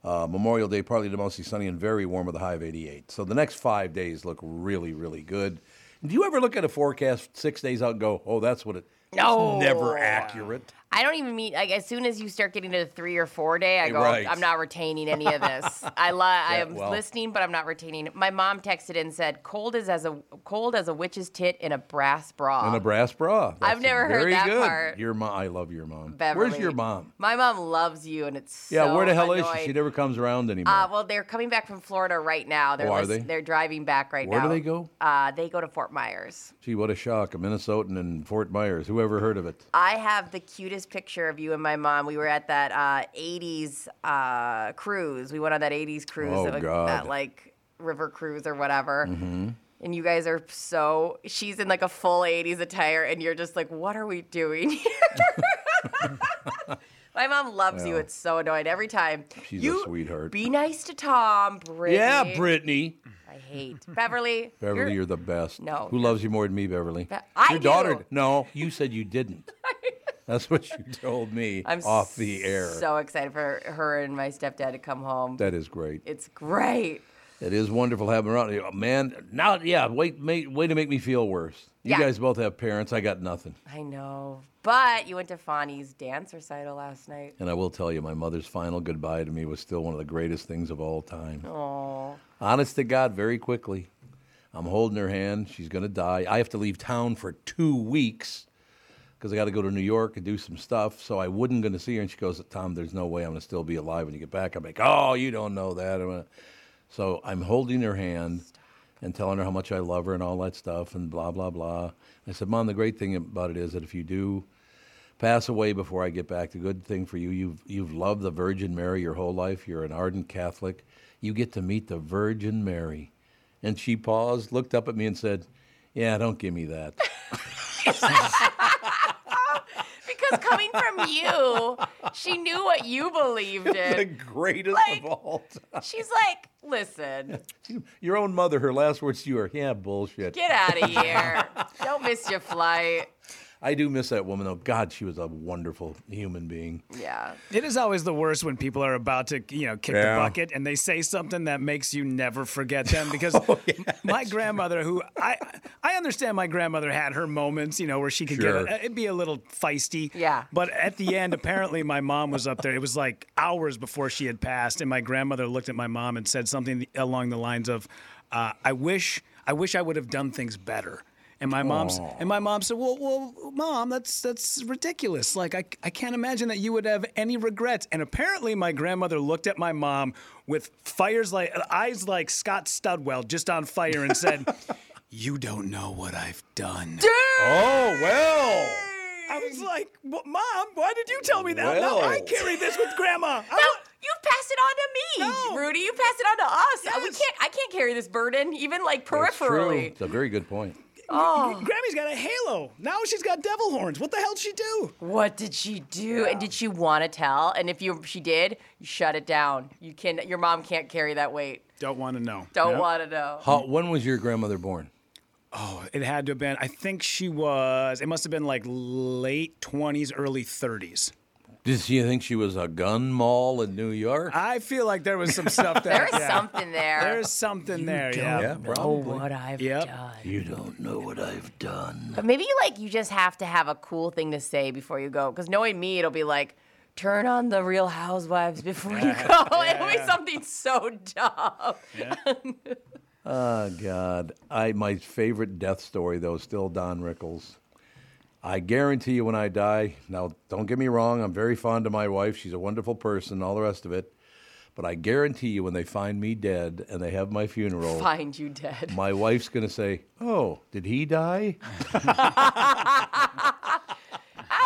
Speaker 3: Uh, Memorial Day, partly to mostly sunny and very warm with a high of 88. So the next five days look really, really good. Do you ever look at a forecast six days out and go, oh, that's what it.
Speaker 2: No.
Speaker 3: It's never accurate.
Speaker 2: I don't even mean like as soon as you start getting to the three or four day, I go,
Speaker 3: Right.
Speaker 2: I'm not retaining any of this. I li- I am
Speaker 3: well.
Speaker 2: listening, but I'm not retaining. My mom texted and said, "Cold is as a cold as a witch's tit in a brass bra."
Speaker 3: And a brass bra. That's
Speaker 2: Uh, never heard
Speaker 3: very
Speaker 2: that
Speaker 3: good.
Speaker 2: part.
Speaker 3: Your mom, I love your mom.
Speaker 2: Beverly.
Speaker 3: Where's your mom?
Speaker 2: My mom loves you, and it's
Speaker 3: Yeah,
Speaker 2: so
Speaker 3: where the hell is
Speaker 2: annoying.
Speaker 3: she? She never comes around anymore.
Speaker 2: Uh, well, they're coming back from Florida right now. They're
Speaker 3: Oh, are
Speaker 2: lis-
Speaker 3: they?
Speaker 2: They're driving back right
Speaker 3: Where do
Speaker 2: now.
Speaker 3: they go?
Speaker 2: Uh, they go to Fort Myers.
Speaker 3: Gee, what a shock! A Minnesotan in Fort Myers. Whoever heard of it?
Speaker 2: I have the cutest picture of you and my mom. We were at that uh, '80s uh, cruise. We went on that '80s cruise.
Speaker 3: Oh,
Speaker 2: that, like,
Speaker 3: God. Mm-hmm.
Speaker 2: That like river cruise or whatever. And you guys are so. She's in like a full '80s attire, and you're just like, "What are we doing here?" My mom loves you. It's so annoying every time.
Speaker 3: She's a
Speaker 2: you,
Speaker 3: sweetheart.
Speaker 2: Be nice to Tom, Brittany.
Speaker 3: Yeah, Brittany.
Speaker 2: I hate. Beverly.
Speaker 3: Beverly, you're the best.
Speaker 2: No,
Speaker 3: Who loves you more than me, Beverly?
Speaker 2: Be- I
Speaker 3: Your daughter.
Speaker 2: do.
Speaker 3: No, you said you didn't. That's what you told me
Speaker 2: I'm
Speaker 3: off the air.
Speaker 2: So excited for her and my stepdad to come home.
Speaker 3: that is great.
Speaker 2: It's great.
Speaker 3: It is wonderful having her around. you. Man, now, yeah, wait, mate, way to make me feel worse. You
Speaker 2: Yeah.
Speaker 3: guys both have parents. I got nothing.
Speaker 2: I know. But you went to Fonny's dance recital last night.
Speaker 3: And I will tell you, my mother's final goodbye to me was still one of the greatest things of all time.
Speaker 2: Oh,
Speaker 3: Honest to God, very quickly. I'm holding her hand. She's going to die. I have to leave town for two weeks because I got to go to New York and do some stuff. So I wasn't going to see her. And she goes, Tom, there's no way I'm going to still be alive when you get back. I'm like, oh, you don't know that. I'm gonna- So I'm holding her hand and telling her how much I love her and all that stuff and blah, blah, blah. I said, Mom, the great thing about it is that if you do pass away before I get back. The good thing for you, you've you've loved the Virgin Mary your whole life. You're an ardent Catholic. You get to meet the Virgin Mary. And she paused, looked up at me, and said, "Yeah, don't give me that."
Speaker 2: because coming from you, she knew what you
Speaker 4: Oh
Speaker 2: believed
Speaker 3: the
Speaker 2: in.
Speaker 3: greatest
Speaker 2: Like-
Speaker 3: of all time.
Speaker 2: She's like, listen,
Speaker 3: Your own mother. Her last words to you are, "Yeah, bullshit."
Speaker 2: get out of here. Don't miss your flight.
Speaker 3: I do miss that woman though. God, she was a wonderful human being.
Speaker 2: Yeah.
Speaker 4: It is always the worst when people are about to, you know, kick
Speaker 3: Yeah.
Speaker 4: the bucket and they say something that makes you never forget them. Because
Speaker 3: Oh,
Speaker 4: my grandmother, who I I understand, my grandmother had her moments, you know, where she could
Speaker 3: Sure.
Speaker 4: get a, it'd be a little feisty.
Speaker 2: Yeah.
Speaker 4: But at the end, apparently, my mom was up there. It was like hours before she had passed, and my grandmother looked at my mom and said something along the lines of, uh, "I wish I wish I would have done things better." And my mom's and my mom said, "Well, well, mom, that's that's ridiculous. Like I, I can't imagine that you would have any regrets." And apparently, my grandmother looked at my mom with fires like eyes like Scott Studwell just on fire and said, "You don't know what I've done."
Speaker 3: Oh well.
Speaker 4: I was like, well, "Mom, why did you tell me that? Now I
Speaker 3: Well.
Speaker 4: carry this with Grandma." I
Speaker 2: No,
Speaker 4: wa-
Speaker 2: you pass it on to me,
Speaker 4: No.
Speaker 2: Rudy. You pass it on to us. We
Speaker 4: Yes.
Speaker 2: can't. I can't carry this burden, even like
Speaker 3: That's true.
Speaker 2: peripherally.
Speaker 3: It's a very good point.
Speaker 4: Grammy's got a halo. Now she's got devil horns. What the hell would she do?
Speaker 2: What did she do? And did she want to tell? And if you she did, you shut it down. You can. Your mom can't carry that weight.
Speaker 4: Don't want to know.
Speaker 2: Don't
Speaker 4: Yep.
Speaker 2: want to know.
Speaker 3: How, when was your grandmother born?
Speaker 4: It had to have been. I think she was. It must have been like late twenties, early thirties.
Speaker 3: Did she think she was a gun mall in New York?
Speaker 4: I feel like there was some stuff that,
Speaker 2: There is
Speaker 4: yeah.
Speaker 2: something there.
Speaker 4: There's something there. Yeah.
Speaker 3: Oh, probably.
Speaker 2: what I've
Speaker 4: Yep.
Speaker 2: done.
Speaker 3: You don't know what I've done.
Speaker 2: But maybe you like you just have to have a cool thing to say before you go. Because knowing me, it'll be like, turn on the Real Housewives before you go. it'll be something so dumb.
Speaker 3: Oh God, I my favorite death story though is still Don Rickles. I guarantee you, when I die, now don't get me wrong, I'm very fond of my wife. She's a wonderful person, all the rest of it. But I guarantee you, when they find me dead and they have my funeral,
Speaker 2: Find you dead.
Speaker 3: my wife's gonna say, "Oh, did he die?"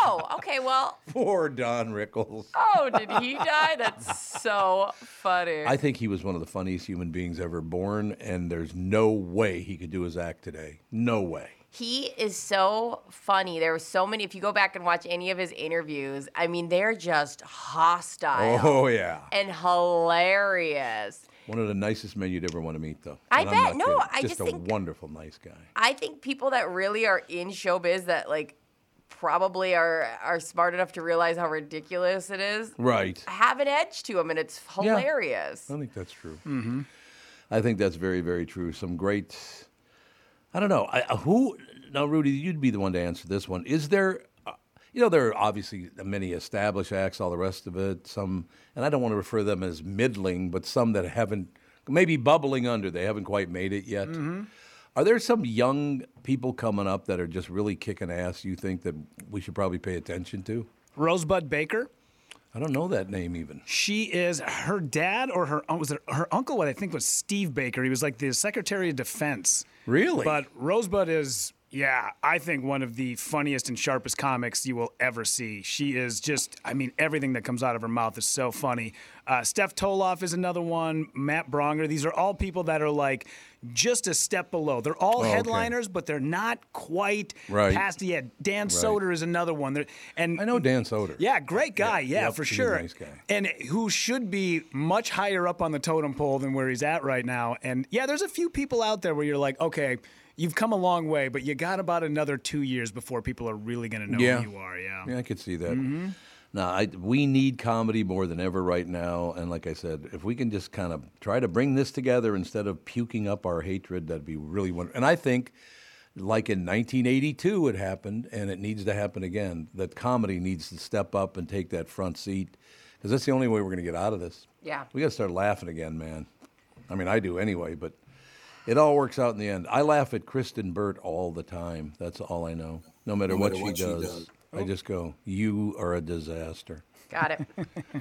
Speaker 2: Oh, okay. Well,
Speaker 3: Poor Don Rickles.
Speaker 2: oh, did he die? That's so funny.
Speaker 3: I think he was one of the funniest human beings ever born, and there's no way he could do his act today. No way.
Speaker 2: He is so funny. There were so many. If you go back and watch any of his interviews, I mean, they're just hostile
Speaker 3: Oh yeah.
Speaker 2: and hilarious.
Speaker 3: One of the nicest men you'd ever want to meet, though.
Speaker 2: I
Speaker 3: And I'm
Speaker 2: bet.
Speaker 3: not
Speaker 2: No,
Speaker 3: kidding.
Speaker 2: I
Speaker 3: just
Speaker 2: just
Speaker 3: a
Speaker 2: think-
Speaker 3: wonderful, nice guy.
Speaker 2: I think people that really are in showbiz that like probably are are smart enough to realize how ridiculous it is
Speaker 3: Right.
Speaker 2: have an edge to them, and it's hilarious.
Speaker 3: I think that's true. I think that's very, very true. Some great. I don't know. I, uh, who now, Rudy? You'd be the one to answer this one. Is there? Uh, you know, there are obviously many established acts, all the rest of it. Some, and I don't want to refer to them as middling, but some that haven't, maybe bubbling under. They haven't quite made it yet. Are there some young people coming up that are just really kicking ass? You think that we should probably pay attention to?
Speaker 4: Rosebud Baker.
Speaker 3: I don't know that name even.
Speaker 4: She is her dad or her un- was it her uncle? What I think was Steve Baker. He was like the Secretary of Defense.
Speaker 3: Really?
Speaker 4: But Rosebud is Yeah, I think one of the funniest and sharpest comics you will ever see. She is just, I mean, everything that comes out of her mouth is so funny. Uh, Steph Toloff is another one, Matt Bronger. These are all people that are like just a step below. They're all
Speaker 3: Oh, okay.
Speaker 4: headliners, but they're not quite
Speaker 3: Right.
Speaker 4: past yet. Dan Soder is another one. They're, and
Speaker 3: I know Dan Soder.
Speaker 4: Yeah, great guy. Yeah,
Speaker 3: Yep,
Speaker 4: for
Speaker 3: he's a
Speaker 4: sure.
Speaker 3: nice guy.
Speaker 4: And who should be much higher up on the totem pole than where he's at right now. And yeah, there's a few people out there where you're like, okay, you've come a long way, but you got about another two years before people are really going to know
Speaker 3: Yeah.
Speaker 4: who you are. Yeah.
Speaker 3: Yeah, I could see that. Now, I, we need comedy more than ever right now. And like I said, if we can just kind of try to bring this together instead of puking up our hatred, that'd be really wonderful. And I think, like in 1982, it happened, and it needs to happen again, that comedy needs to step up and take that front seat because that's the only way we're going to get out of this.
Speaker 2: Yeah.
Speaker 3: We got to start laughing again, man. I mean, I do anyway, but it all works out in the end. I laugh at Kristen Burt all the time. That's all I know. No matter, what, she, does, Oh. I just go, "You are a disaster."
Speaker 2: Got it.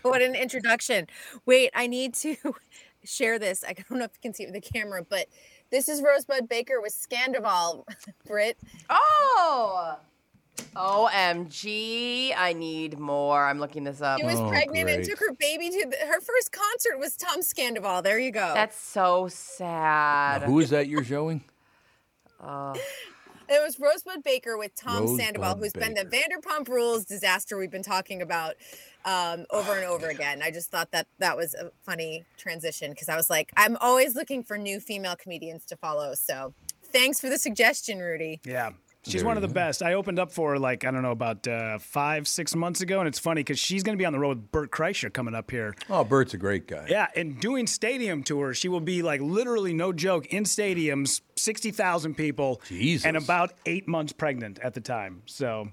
Speaker 9: What an introduction. Wait, I need to share this. I don't know if you can see it with the camera, but this is Rosebud Baker with Scandival, Brit.
Speaker 2: Oh. OMG, I need more. I'm looking this up.
Speaker 9: She was
Speaker 3: Oh,
Speaker 9: pregnant and
Speaker 3: great.
Speaker 9: took her baby to the, her first concert was Tom Scandival. There you go.
Speaker 2: That's so sad.
Speaker 3: Who is that you're showing?
Speaker 9: it was Rosebud Baker with Tom
Speaker 3: Rosebud
Speaker 9: Sandoval, who's been the Vanderpump Rules disaster we've been talking about um, over and over again. I just thought that that was a funny transition because I was like, I'm always looking for new female comedians to follow. So thanks for the suggestion, Rudy.
Speaker 4: Yeah. She's
Speaker 3: There
Speaker 4: one of
Speaker 3: you
Speaker 4: the best. I opened up for her like, I don't know, about uh, five, six months ago. And it's funny because she's going to be on the road with Bert Kreischer coming up here.
Speaker 3: Oh, Bert's a great guy.
Speaker 4: Yeah, and doing stadium tours, she will be like literally no joke in stadiums, sixty thousand people,
Speaker 3: Jesus.
Speaker 4: and about eight months pregnant at the time. So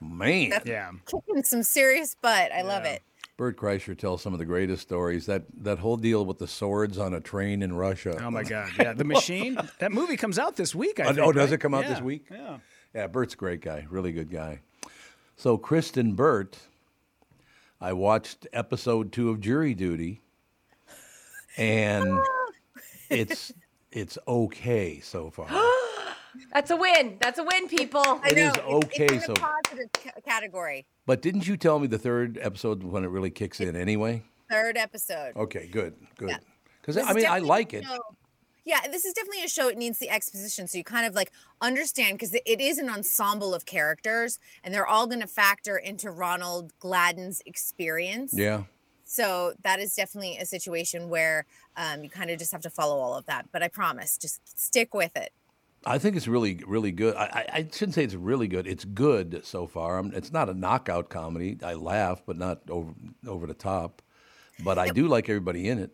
Speaker 3: man.
Speaker 4: yeah,
Speaker 9: Kicking some serious butt. I love it.
Speaker 3: Bert Kreischer tells some of the greatest stories. That that whole deal with the swords on a train in Russia.
Speaker 4: oh my god, yeah, the machine. that movie comes out this week. I
Speaker 3: Oh,
Speaker 4: think,
Speaker 3: oh, does
Speaker 4: right?
Speaker 3: it come out this
Speaker 4: Yeah,
Speaker 3: week?
Speaker 4: Yeah.
Speaker 3: Yeah, Bert's a great guy, really good guy. So Kristen Burt, I watched episode two of Jury Duty, and it's it's okay so far.
Speaker 2: That's a win. That's a win, people.
Speaker 9: I
Speaker 3: It is
Speaker 9: know, it's-
Speaker 3: okay,
Speaker 9: It's
Speaker 3: so-
Speaker 9: in the positive c- category.
Speaker 3: But didn't you tell me the third episode when it really kicks in anyway?
Speaker 9: Third episode.
Speaker 3: Okay, good, good.
Speaker 9: Yeah.
Speaker 3: Because
Speaker 9: This
Speaker 3: I
Speaker 9: is
Speaker 3: mean, I
Speaker 9: definitely
Speaker 3: like
Speaker 9: a
Speaker 3: it.
Speaker 9: show- Yeah, this is definitely a show. It needs the exposition, so you kind of like understand because it is an ensemble of characters, and they're all going to factor into Ronald Gladden's experience.
Speaker 3: Yeah,
Speaker 9: So that is definitely a situation where um, you kind of just have to follow all of that. But I promise, just stick with it.
Speaker 3: I think it's really, really good. I, I, I shouldn't say it's really good. It's good so far. i it's not a knockout comedy. I laugh, but not over over the top. But I do like everybody in it.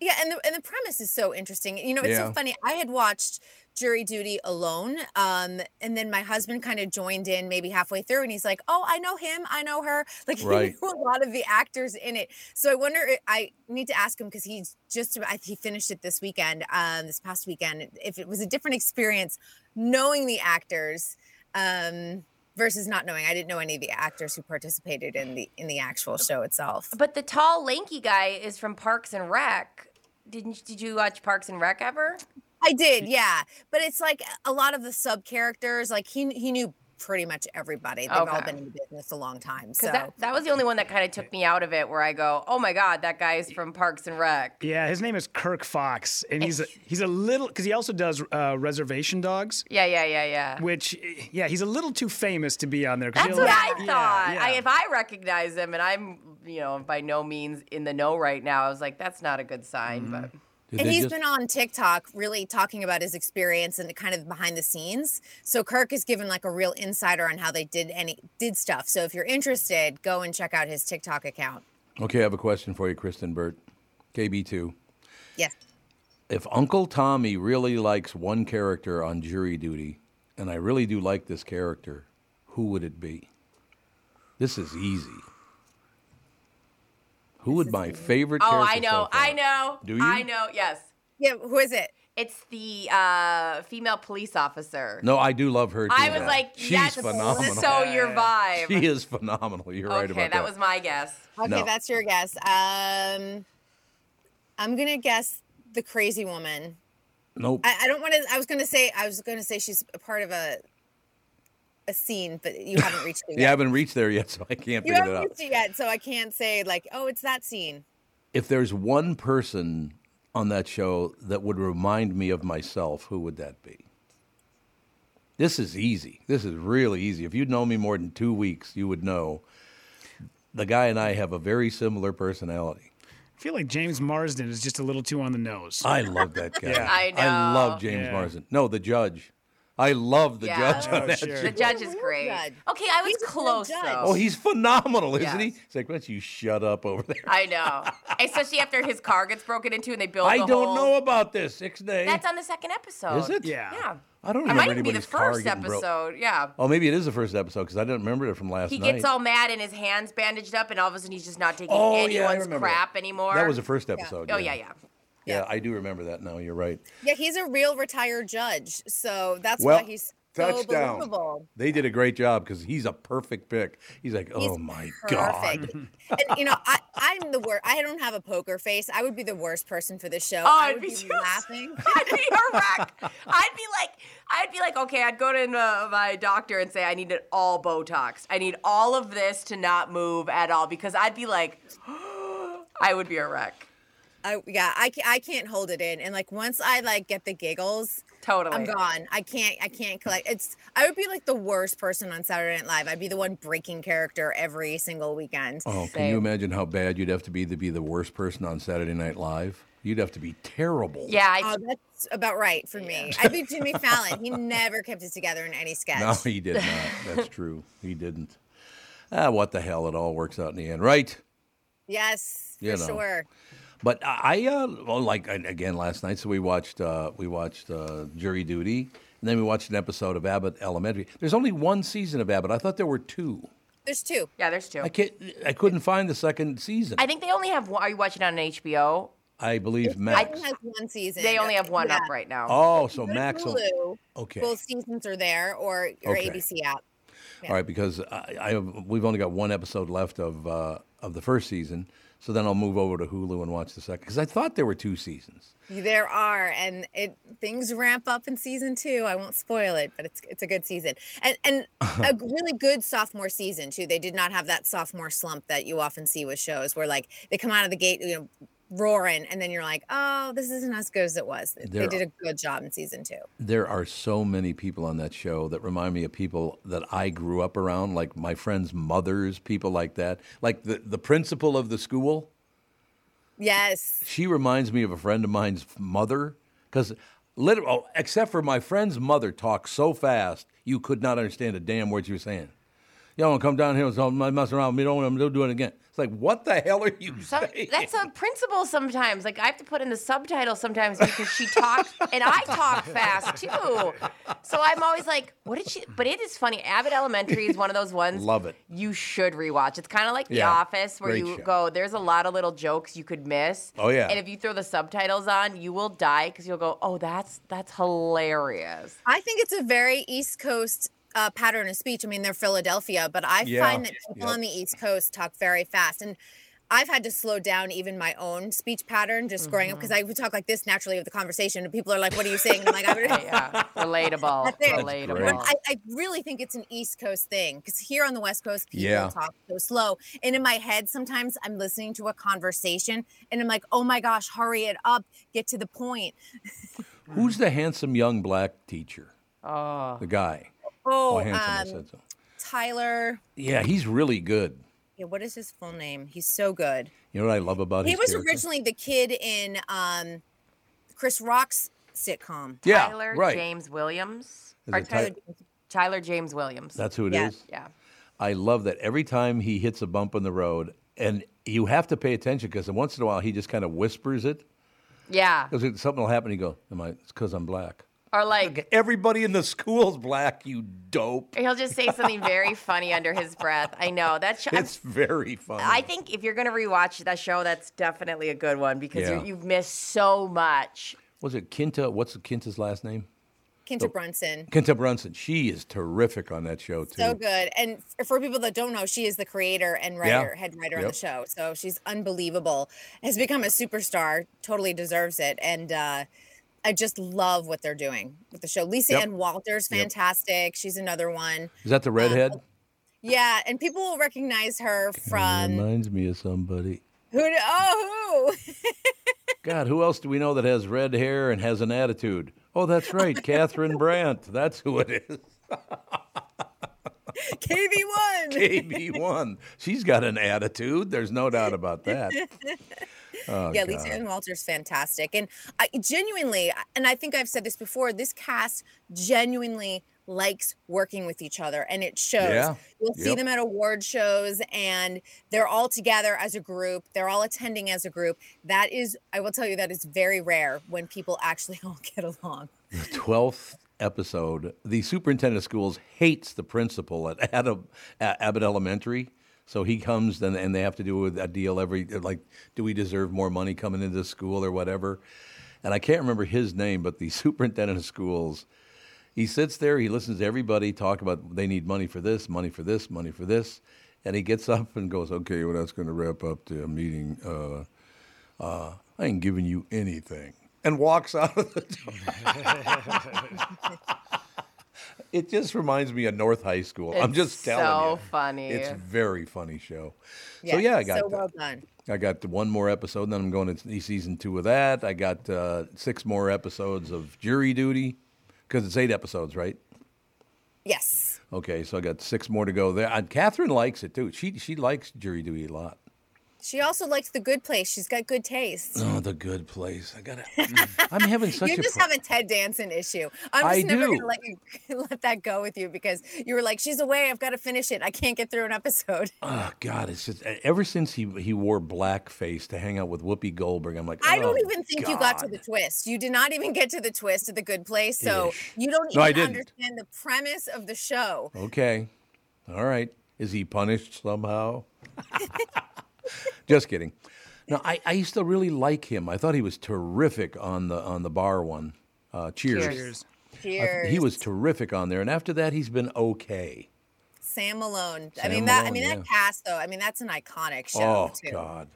Speaker 9: Yeah, and the and the premise is so interesting. You know, it's
Speaker 3: Yeah.
Speaker 9: so funny. I had watched Jury Duty alone, um, and then my husband kind of joined in maybe halfway through, and he's like, "Oh, I know him. I know her." Like
Speaker 3: Right.
Speaker 9: he knew a lot of the actors in it. So I wonder. i- I need to ask him because he's just about- I, he finished it this weekend, um, this past weekend. If it was a different experience knowing the actors. Um, versus not knowing i didn't know any of the actors who participated in the in the actual show itself
Speaker 2: But the tall, lanky guy is from Parks and Rec. Didn't did you watch Parks and Rec ever?
Speaker 9: I did, yeah. But it's like a lot of the sub characters, like he he knew pretty much everybody. They've all
Speaker 2: Okay.
Speaker 9: been in the business a long time. So
Speaker 2: Because that, that was the only one that kind of took me out of it, where I go, oh my god, that guy is from Parks and Rec.
Speaker 4: Yeah, his name is Kirk Fox, and he's a, he's a little because he also does uh, Reservation Dogs,
Speaker 2: Yeah, yeah, yeah, yeah.
Speaker 4: which yeah, he's a little too famous to be on there. 'cause
Speaker 2: That's
Speaker 4: he'll,
Speaker 2: what I
Speaker 4: like-
Speaker 2: thought.
Speaker 4: yeah,
Speaker 2: I,
Speaker 4: yeah.
Speaker 2: if I recognize him, and I'm, you know, by no means in the know right now, I was like, that's not a good sign.
Speaker 4: Mm-hmm.
Speaker 2: But
Speaker 3: Did
Speaker 9: and
Speaker 3: they
Speaker 9: he's
Speaker 3: just-
Speaker 9: been on TikTok really talking about his experience and the kind of behind the scenes. So Kirk is given like a real insider on how they did any did stuff. So if you're interested, go and check out his TikTok account.
Speaker 3: Okay, I have a question for you, Kristen Burt, KB two.
Speaker 9: Yeah.
Speaker 3: If Uncle Tommy really likes one character on Jury Duty, and I really do like this character, who would it be? This is easy. Who would my favorite
Speaker 2: oh,
Speaker 3: character?
Speaker 2: I know,
Speaker 3: so far-
Speaker 2: I know,
Speaker 3: Do you?
Speaker 2: I know. Yes,
Speaker 9: Yeah, who is it?
Speaker 2: it's the uh, female police officer.
Speaker 3: No, I do love her. Too,
Speaker 2: I was
Speaker 3: though.
Speaker 2: like,
Speaker 3: she's
Speaker 2: that's
Speaker 3: phenomenal.
Speaker 2: so your vibe.
Speaker 3: she is phenomenal. You're right
Speaker 2: okay,
Speaker 3: about
Speaker 2: that, was my guess.
Speaker 9: Okay,
Speaker 3: No.
Speaker 9: that's your guess. Um I'm gonna guess the crazy woman.
Speaker 3: Nope.
Speaker 9: I, I don't want to. I was gonna say. I was gonna say she's a part of a a scene, but you haven't reached it.
Speaker 3: yeah, I haven't reached there yet, so I can't
Speaker 9: you
Speaker 3: figure
Speaker 9: haven't
Speaker 3: it out.
Speaker 9: reached it yet, so I can't say like, oh, it's that scene.
Speaker 3: If there's one person on that show that would remind me of myself, who would that be? This is easy. This is really easy. If you'd known me more than two weeks, you would know the guy and I have a very similar personality.
Speaker 4: I feel like James Marsden is just a little too on the nose.
Speaker 3: I love that guy.
Speaker 4: Yeah.
Speaker 2: I know.
Speaker 3: love James
Speaker 4: Yeah.
Speaker 3: Marsden. No, the judge. I love the judge on that show.
Speaker 2: The judge is great. Okay, I was close though.
Speaker 3: Oh, he's phenomenal, isn't he?
Speaker 2: Yes.
Speaker 3: He's like, why don't you shut up over there?
Speaker 2: I know, especially after his car gets broken into and they build.
Speaker 3: I
Speaker 2: the
Speaker 3: don't
Speaker 2: whole-
Speaker 3: know about this. Six day.
Speaker 2: That's on the second episode.
Speaker 3: Is it?
Speaker 2: Yeah. Yeah.
Speaker 3: I don't
Speaker 2: It might
Speaker 3: remember
Speaker 2: even be the
Speaker 3: anybody's car
Speaker 2: first
Speaker 3: getting broke.
Speaker 2: episode. Yeah.
Speaker 3: Oh, maybe it is the first episode because I didn't remember it from last
Speaker 2: He
Speaker 3: night.
Speaker 2: gets all mad and his hands bandaged up, and all of a sudden he's just not taking
Speaker 3: Oh, yeah, I
Speaker 2: anyone's
Speaker 3: remember that.
Speaker 2: crap anymore.
Speaker 3: That was the first episode.
Speaker 2: Oh yeah, yeah.
Speaker 3: Yeah, I do remember that now. You're right.
Speaker 9: Yeah, he's a real retired judge, so that's
Speaker 3: well,
Speaker 9: why he's so
Speaker 3: touchdown.
Speaker 9: believable.
Speaker 3: They did a great job because he's a perfect pick. He's like,
Speaker 9: He's
Speaker 3: oh my god.
Speaker 9: perfect. and you know, I, I'm the worst. I don't have a poker face. I would be the worst person for this show.
Speaker 2: Oh,
Speaker 9: I
Speaker 2: I'd
Speaker 9: would
Speaker 2: be
Speaker 9: be,
Speaker 2: too-
Speaker 9: laughing.
Speaker 2: I'd be a wreck. I'd be like, I'd be like, okay, I'd go to uh, my doctor and say I need it all Botox. I need all of this to not move at all because I'd be like, I would be a wreck.
Speaker 9: I, yeah, I, ca- I can't hold it in. And like once I like get the giggles,
Speaker 2: totally,
Speaker 9: I'm gone. I can't I can't collect. It's I would be like the worst person on Saturday Night Live. I'd be the one breaking character every single weekend.
Speaker 3: Oh, can you imagine how bad you'd have to be to be the worst person on Saturday Night Live? You'd have to be terrible.
Speaker 2: Yeah, I,
Speaker 9: oh, that's about right for me. I'd be Jimmy Fallon. He never kept it together in any sketch.
Speaker 3: No, he did not. That's true. He didn't. Ah, what the hell? It all works out in the end, right?
Speaker 9: Yes, for
Speaker 3: You know.
Speaker 9: sure.
Speaker 3: But I, I, uh, well, like and again last night, so we watched uh, we watched uh, Jury Duty, and then we watched an episode of Abbott Elementary. There's only one season of Abbott. I thought there were two.
Speaker 9: There's two.
Speaker 2: yeah, there's two.
Speaker 3: I can't. I couldn't find the second season.
Speaker 2: I think they only have one. Are you watching on HBO?
Speaker 3: I believe
Speaker 9: I
Speaker 3: Max.
Speaker 9: think has one season.
Speaker 2: They only have one up right now.
Speaker 3: Oh, so
Speaker 9: Go to
Speaker 3: Max. will-
Speaker 9: Hulu,
Speaker 3: Okay.
Speaker 9: Both seasons are there, or your
Speaker 3: Okay.
Speaker 9: ABC app.
Speaker 3: All right, because I, I have, we've only got one episode left of uh, of the first season, so then I'll move over to Hulu and watch the second. Because I thought there were two seasons.
Speaker 9: There are, and it things ramp up in season two. I won't spoil it, but it's it's a good season, and and a really good sophomore season too. They did not have that sophomore slump that you often see with shows, where like they come out of the gate, you know, roaring, and then you're like, oh, this isn't as good as it was. They-
Speaker 3: There-
Speaker 9: they did a good job in season two.
Speaker 3: There are so many people on that show that remind me of people that I grew up around, like my friends' mothers, people like that. Like the, the principal of the school,
Speaker 9: Yes,
Speaker 3: she reminds me of a friend of mine's mother. Because, literally, oh, except for my friend's mother talked so fast, you could not understand a damn word she was saying. Y'all don't come down here and start messing around with me. Don't, don't do it again. It's like, what the hell are you
Speaker 2: Some,
Speaker 3: saying?
Speaker 2: that's a principle sometimes. Like I have to put in the subtitle sometimes because she talked and I talk fast too. So I'm always like, what did she? But it is funny. Abbott Elementary is one of those ones.
Speaker 3: Love it.
Speaker 2: You should rewatch. It's kind of like The
Speaker 3: Yeah.
Speaker 2: Office where
Speaker 3: Great
Speaker 2: you
Speaker 3: show.
Speaker 2: go, there's a lot of little jokes you could miss.
Speaker 3: Oh, yeah.
Speaker 2: And if you throw the subtitles on, you will die because you'll go, oh, that's that's hilarious.
Speaker 9: I think it's a very East Coast uh, pattern of speech. I mean, they're Philadelphia, but I
Speaker 3: Yeah.
Speaker 9: find that
Speaker 3: Yep.
Speaker 9: people on the East Coast talk very fast. And I've had to slow down even my own speech pattern just growing up because I would talk like this naturally with the conversation, and people are like, What are you saying? I'm like, I'm
Speaker 2: Right, yeah. Relatable.
Speaker 9: That's it.
Speaker 2: Relatable.
Speaker 3: great.
Speaker 9: I, I really think it's an East Coast thing because here on the West Coast, people
Speaker 3: Yeah.
Speaker 9: talk so slow. And in my head, sometimes I'm listening to a conversation and I'm like, oh my gosh, hurry it up, get to the point.
Speaker 3: Who's the handsome young black teacher?
Speaker 2: Oh.
Speaker 3: The guy.
Speaker 9: Oh,
Speaker 3: handsome. I
Speaker 9: um,
Speaker 3: said so.
Speaker 9: Tyler,
Speaker 3: Yeah, he's really good.
Speaker 9: yeah, what is his full name? He's so good.
Speaker 3: You know what I love about
Speaker 9: He
Speaker 3: his
Speaker 9: was
Speaker 3: character?
Speaker 9: originally the kid in um, Chris Rock's sitcom.
Speaker 3: yeah,
Speaker 2: Tyler
Speaker 3: right.
Speaker 2: James Williams.
Speaker 3: Is
Speaker 2: Or
Speaker 3: it Ty-
Speaker 2: Tyler, Tyler James Williams.
Speaker 3: That's who it is.
Speaker 9: Yeah.
Speaker 2: yeah.
Speaker 3: I love that every time he hits a bump in the road, and you have to pay attention because once in a while he just kind of whispers it
Speaker 2: Yeah.
Speaker 3: because something will happen. You go, "Am I? It's because I'm black."
Speaker 2: Or like
Speaker 3: Everybody in the school's black. You dope.
Speaker 2: he'll just say something very funny under his breath. I know that show.
Speaker 3: It's very funny.
Speaker 2: I think if you're gonna rewatch that show, that's definitely a good one because
Speaker 3: Yeah.
Speaker 2: you you've missed so much.
Speaker 3: was it Kinta? What's Kinta's last name? Oh.
Speaker 9: Kinta Brunson.
Speaker 3: Kinta Brunson. She is terrific on that show too.
Speaker 9: So good. And f- for people that don't know, she is the creator and
Speaker 3: Yeah.
Speaker 9: writer, head writer on
Speaker 3: Yep.
Speaker 9: the show. So she's unbelievable. Has become a superstar, totally deserves it. And uh, I just love what they're doing with the show. Lisa
Speaker 3: Yep.
Speaker 9: Ann Walters,
Speaker 3: Yep.
Speaker 9: fantastic. She's another one.
Speaker 3: Is that the redhead?
Speaker 9: Yeah, and people will recognize her from
Speaker 3: Reminds me of somebody.
Speaker 9: who? Oh, who?
Speaker 3: God, who else do we know that has red hair and has an attitude? Oh, that's right, Catherine Brandt. That's who it is.
Speaker 9: KB one.
Speaker 3: KB one. She's got an attitude. There's no doubt about that. Oh,
Speaker 9: yeah, Lisa
Speaker 3: God.
Speaker 9: Ann Walters, fantastic. And I genuinely, and I think I've said this before, this cast genuinely likes working with each other and it shows.
Speaker 10: Yeah,
Speaker 9: You'll see
Speaker 10: yep.
Speaker 9: them at award shows and they're all together as a group, they're all attending as a group. That is, I will tell you, that is very rare when people actually all get along.
Speaker 3: twelfth episode, the superintendent of schools hates the principal at Adam, at Abbott Elementary. So he comes and, and they have to do with a deal every like, do we deserve more money coming into school or whatever? And I can't remember his name, but the superintendent of schools, he sits there, he listens to everybody talk about they need money for this, money for this, money for this, and he gets up and goes, "Okay, well that's going to wrap up the meeting. Uh, uh, I ain't giving you anything," and walks out of the It just reminds me of North High School. I'm
Speaker 2: It's
Speaker 3: just telling you.
Speaker 2: so funny.
Speaker 3: It's a very funny show.
Speaker 9: Yeah,
Speaker 3: so yeah, I got
Speaker 9: so
Speaker 3: the-
Speaker 9: well done.
Speaker 3: I got the one more episode, and then I'm going into season two of that. I got uh, six more episodes of Jury Duty because it's eight episodes, right?
Speaker 9: Yes.
Speaker 3: Okay, so I got six more to go there. And Catherine likes it too. She she likes Jury Duty a lot.
Speaker 9: She also likes the good place. She's got good taste.
Speaker 3: Oh, the good place. I mm. got to I'm having such
Speaker 9: you
Speaker 3: a
Speaker 9: just
Speaker 3: pro-
Speaker 9: have a Ted Danson issue. I'm
Speaker 3: I
Speaker 9: just never
Speaker 3: do.
Speaker 9: gonna let you let that go with you because you were like, "She's away. I've got to finish it. I can't get through an episode."
Speaker 3: Oh God! It's just ever since he he wore blackface to hang out with Whoopi Goldberg. I'm like,
Speaker 9: I don't
Speaker 3: "Oh,
Speaker 9: even think you got to
Speaker 3: God."
Speaker 9: the twist. You did not even get to the twist of the good place, so
Speaker 3: Ish.
Speaker 9: you don't
Speaker 3: No, I
Speaker 9: even
Speaker 3: didn't.
Speaker 9: understand the premise of the show.
Speaker 3: Okay. All right. Is he punished somehow? Just kidding. No, I, I used to really like him. I thought he was terrific on the on the bar one. Uh, cheers.
Speaker 9: Cheers.
Speaker 3: I- he was terrific on there, and after that, he's been okay.
Speaker 9: Sam Malone. I
Speaker 3: Sam
Speaker 9: mean that. I
Speaker 3: Malone,
Speaker 9: mean
Speaker 3: yeah.
Speaker 9: that cast, though. I mean that's an iconic show.
Speaker 3: oh
Speaker 9: too.
Speaker 3: God.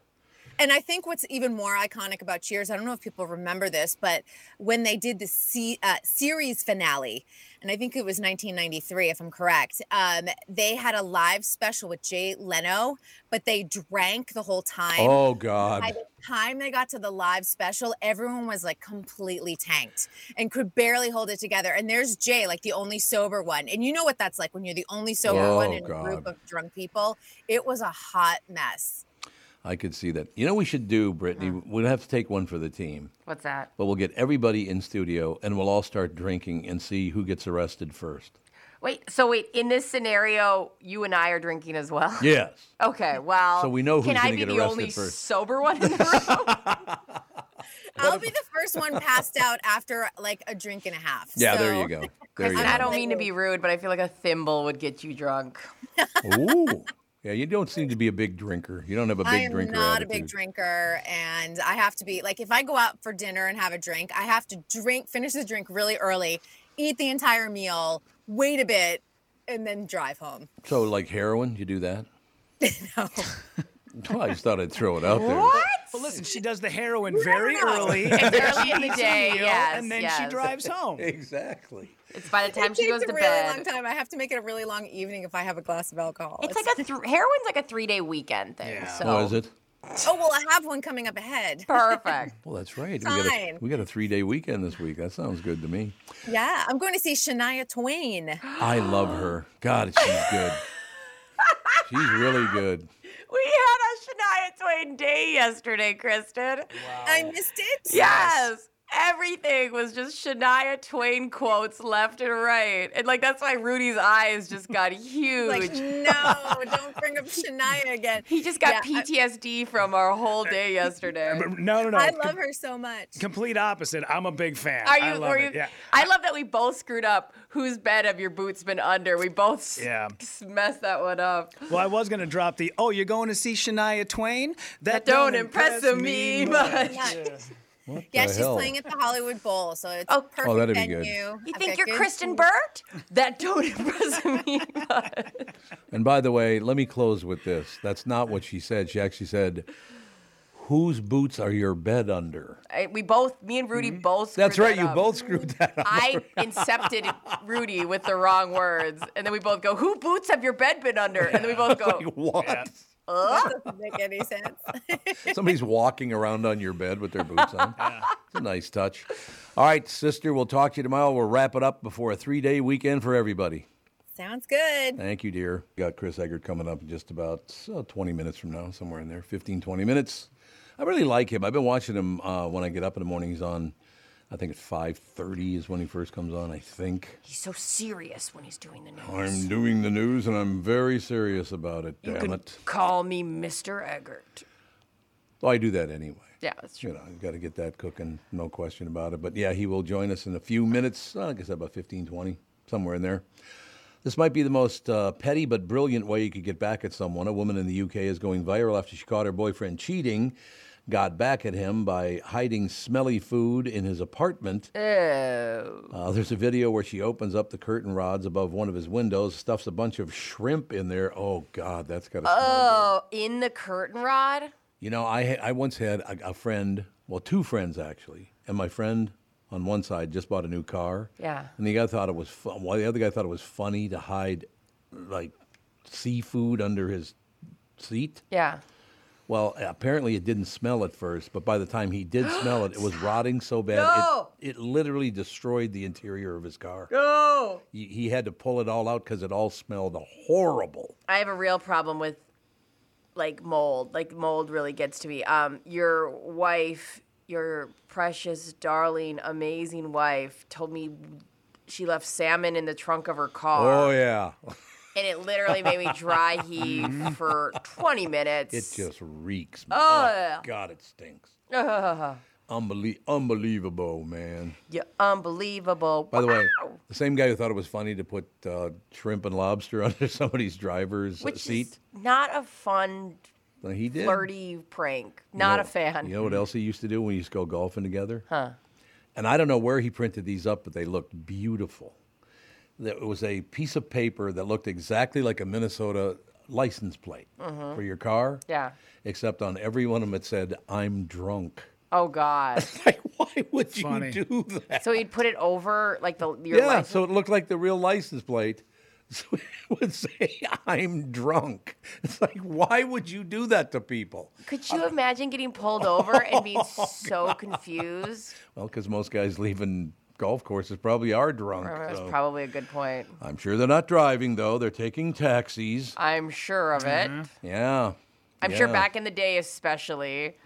Speaker 9: And I think what's even more iconic about Cheers, I don't know if people remember this, but when they did the se- uh, series finale, and I think it was 1993, if I'm correct, um, they had a live special with Jay Leno, but they drank the whole time.
Speaker 3: Oh, God.
Speaker 9: By the time they got to the live special, everyone was like completely tanked and could barely hold it together. And there's Jay, like the only sober one. And you know what that's like when you're the only sober
Speaker 3: Oh,
Speaker 9: one in a group
Speaker 3: God.
Speaker 9: of drunk people. It was a hot mess.
Speaker 3: I could see that. You know, what we should do, Brittany. We'll have to take one for the team,
Speaker 2: What's that?
Speaker 3: but we'll get everybody in studio, and we'll all start drinking and see who gets arrested first.
Speaker 2: Wait, so wait, in this scenario, you and I are drinking as well?
Speaker 3: Yes.
Speaker 2: Okay, well.
Speaker 3: So we know
Speaker 2: Can
Speaker 3: who's
Speaker 2: I
Speaker 3: gonna
Speaker 2: be
Speaker 3: get
Speaker 2: the
Speaker 3: arrested
Speaker 2: only
Speaker 3: first.
Speaker 2: sober one in the room?
Speaker 9: I'll be the first one passed out after like a drink and a half.
Speaker 3: Yeah, there
Speaker 9: so-
Speaker 3: you go. There you
Speaker 2: Kristen, I
Speaker 3: go.
Speaker 2: don't mean to be rude, but I feel like a thimble would get you drunk.
Speaker 3: Ooh. Yeah, you don't seem to be a big drinker. You don't have a big
Speaker 9: I am
Speaker 3: drinker
Speaker 9: not
Speaker 3: attitude.
Speaker 9: a big drinker, and I have to be like if I go out for dinner and have a drink, I have to drink, finish the drink really early, eat the entire meal, wait a bit, and then drive home.
Speaker 3: So, like heroin, you do that? no. I just thought I'd throw it out there.
Speaker 4: Well, listen, she does the heroin very
Speaker 2: know.
Speaker 4: early.
Speaker 2: It's
Speaker 4: and then
Speaker 2: early
Speaker 4: she
Speaker 2: in the
Speaker 4: eats her
Speaker 2: day,
Speaker 4: meal,
Speaker 2: yes,
Speaker 4: And then
Speaker 2: yes.
Speaker 4: she drives home.
Speaker 3: Exactly.
Speaker 2: It's by the time
Speaker 9: it
Speaker 2: she
Speaker 9: takes
Speaker 2: goes
Speaker 9: a
Speaker 2: to
Speaker 9: really long
Speaker 2: bed.
Speaker 9: time. I have to make it a really long evening if I have a glass of alcohol.
Speaker 2: It's like a th- heroin's like a three day weekend thing. So
Speaker 3: Oh, is it?
Speaker 9: oh well, I have one coming up ahead.
Speaker 2: perfect.
Speaker 3: Well, that's right. We got, a,
Speaker 9: Fine.
Speaker 3: we got a three day weekend this week. That sounds good to me.
Speaker 9: yeah, I'm going to see Shania Twain.
Speaker 3: I love her. God, she's good. she's really good.
Speaker 2: We had a Shania Twain day yesterday, Kristen.
Speaker 9: I
Speaker 3: Oh.
Speaker 9: missed it.
Speaker 2: Yes. Everything was just Shania Twain quotes left and right. And like that's why Rudy's eyes just got huge.
Speaker 9: Like no, don't bring up Shania again.
Speaker 2: he just got PTSD from our whole day yesterday.
Speaker 4: No, no, no.
Speaker 9: I
Speaker 4: Com-
Speaker 9: love her so much.
Speaker 4: Complete opposite. I'm a big fan.
Speaker 2: Are you?
Speaker 4: I love
Speaker 2: were
Speaker 4: it.
Speaker 2: you?
Speaker 4: Yeah.
Speaker 2: I love that we both screwed up. Whose bed have your boots been under? We both s-
Speaker 4: Yeah.
Speaker 2: s- messed that one up.
Speaker 4: Well, I was gonna drop the. Oh, you're going to see Shania Twain?
Speaker 2: That don't impress me much.
Speaker 3: What
Speaker 9: Yeah,
Speaker 3: the
Speaker 9: she's
Speaker 3: hell? Oh,
Speaker 9: playing at the Hollywood Bowl, so it's a perfect
Speaker 3: that'd be
Speaker 9: venue.
Speaker 3: good.
Speaker 2: Oh, You
Speaker 9: I've
Speaker 2: think
Speaker 9: got
Speaker 2: you're
Speaker 9: good
Speaker 2: Kristen
Speaker 9: food.
Speaker 2: Burt? That don't impress me.
Speaker 3: And by the way, let me close with this. That's not what she said. She actually said, whose boots are your bed under?
Speaker 2: I- we both, me and Rudy both. Screwed
Speaker 3: Mm-hmm. That's right.
Speaker 2: that
Speaker 3: You
Speaker 2: up.
Speaker 3: both screwed that up.
Speaker 2: I incepted Rudy with the wrong words, and then we both go, "Who boots have your bed been under?" And then we both go,
Speaker 3: what?
Speaker 2: "Ugh."
Speaker 9: That doesn't make any sense.
Speaker 3: Somebody's walking around on your bed with their boots on. It's a nice touch. All right, sister, we'll talk to you tomorrow. We'll wrap it up before a three day weekend for everybody.
Speaker 9: Sounds good.
Speaker 3: Thank you, dear. Got Chris Eggert coming up in just about uh, 20 minutes from now, somewhere in there, 15, 20 minutes. I really like him. I've been watching him uh, when I get up in the morning. He's on, I think it's 5.30 is when he first comes on, I think.
Speaker 2: He's so serious when he's doing the news.
Speaker 3: I'm doing the news, and I'm very serious about it,
Speaker 2: You
Speaker 3: damn
Speaker 2: could
Speaker 3: it.
Speaker 2: call me Mr. Eggert.
Speaker 3: Well, I do that anyway.
Speaker 2: Yeah, that's true.
Speaker 3: You know, I've got to get that cooking, no question about it. But yeah, he will join us in a few minutes. uh, I guess about 15, 20, somewhere in there. This might be the most uh, petty but brilliant way you could get back at someone. A woman in the UK is going viral after she caught her boyfriend cheating, got back at him by hiding smelly food in his apartment.
Speaker 2: Oh.
Speaker 3: Uh, there's a video where she opens up the curtain rods above one of his windows, stuffs a bunch of shrimp in there. Oh, God, that's got to smell
Speaker 2: Oh, in the curtain rod?
Speaker 3: you know, I ha- I once had a, a friend, well, two friends actually, and my friend on one side just bought a new car.
Speaker 2: Yeah.
Speaker 3: And the guy thought it was fun. Well, the other guy thought it was funny to hide like seafood under his seat.
Speaker 2: Yeah.
Speaker 3: Well, apparently it didn't smell at first, but by the time he did smell it, it was rotting so bad
Speaker 2: No!
Speaker 3: it it literally destroyed the interior of his car.
Speaker 2: No.
Speaker 3: He, he had to pull it all out because it all smelled horrible.
Speaker 2: I have a real problem with like mold. Like mold really gets to me. Um, your wife, your precious, darling, amazing wife, told me she left salmon in the trunk of her car,
Speaker 3: Oh yeah,
Speaker 2: and it literally made me dry heave for 20 minutes.
Speaker 3: it just reeks.
Speaker 2: Oh.
Speaker 3: God, it stinks.
Speaker 2: Ugh.
Speaker 3: Unbelie- unbelievable, man.
Speaker 2: yeah, unbelievable.
Speaker 3: By the way, the same guy who thought it was funny to put uh, shrimp and lobster under somebody's driver's uh,
Speaker 2: which
Speaker 3: seat,
Speaker 2: is not a fun,
Speaker 3: uh, he did.
Speaker 2: flirty prank.
Speaker 3: You
Speaker 2: Not
Speaker 3: know-
Speaker 2: a fan.
Speaker 3: You know what else he used to do when he used to go golfing together?
Speaker 2: Huh.
Speaker 3: And I don't know where he printed these up, but they looked beautiful. There was a piece of paper that looked exactly like a Minnesota license plate
Speaker 2: Mhm.
Speaker 3: for your car,
Speaker 2: Yeah.
Speaker 3: except on every one of them it said, I'm drunk.
Speaker 2: Oh God.
Speaker 3: Why would
Speaker 2: Funny.
Speaker 3: you do that?
Speaker 2: so he'd put it over like the your
Speaker 3: yeah,
Speaker 2: license-
Speaker 3: so it looked like the real license plate. So it would say, "I'm drunk." It's like, why would you do that to people?
Speaker 2: Could you imagine getting pulled over and being so confused?
Speaker 3: Well, because most guys leaving golf courses probably are drunk.
Speaker 2: That's
Speaker 3: so-
Speaker 2: probably a good point.
Speaker 3: I'm sure they're not driving though; they're taking taxis.
Speaker 2: I'm sure of it.
Speaker 3: Yeah,
Speaker 2: I'm sure
Speaker 3: Mm-hmm. yeah.
Speaker 2: back in the day, especially.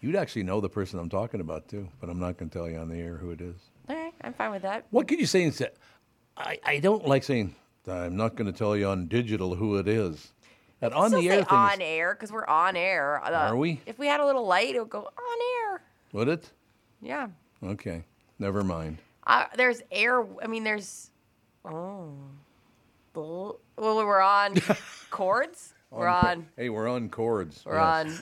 Speaker 3: You'd actually know the person I'm talking about too, but I'm not going to tell you on the air who it is.
Speaker 2: All right, I'm fine with that.
Speaker 3: What could you say instead? I, I don't like saying I'm not going to tell you on digital who it is. That on
Speaker 2: Still
Speaker 3: the
Speaker 2: say
Speaker 3: air thing,
Speaker 2: on
Speaker 3: is-
Speaker 2: air because we're on air. Uh,
Speaker 3: Are we?
Speaker 2: If we had a little light, it would go on air.
Speaker 3: would it?
Speaker 2: Yeah.
Speaker 3: Okay, never mind.
Speaker 2: Uh, there's air. I mean, there's. Oh. Well, we're on chords. We're
Speaker 3: co-
Speaker 2: on.
Speaker 3: Hey, we're on chords.
Speaker 2: We're
Speaker 3: Yes.
Speaker 2: on.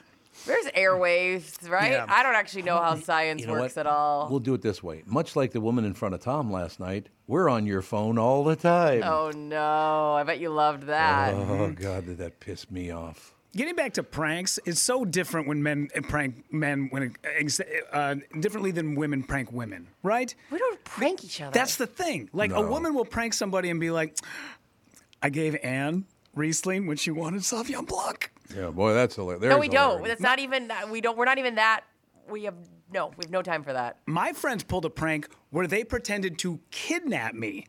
Speaker 2: There's airwaves, right?
Speaker 3: Yeah.
Speaker 2: I don't actually know how science
Speaker 3: You know
Speaker 2: works
Speaker 3: what?
Speaker 2: at all.
Speaker 3: We'll do it this way. Much like the woman in front of Tom last night, we're on your phone all the time.
Speaker 2: Oh no! I bet you loved that.
Speaker 3: Oh, God, did that piss me off?
Speaker 4: Getting back to pranks, it's so different when men prank men when ex- uh, differently than women prank women, right?
Speaker 2: We don't prank each other.
Speaker 4: That's the thing. Like
Speaker 3: No.
Speaker 4: a woman will prank somebody and be like, "I gave Anne Riesling when she wanted Sauvignon Blanc."
Speaker 3: Yeah, boy, that's hilarious.
Speaker 2: no, we don't. That's not even. We don't. We're not even that. We have no. We have no time for that.
Speaker 3: Mm-hmm.
Speaker 4: My friends pulled a prank where they pretended to kidnap me.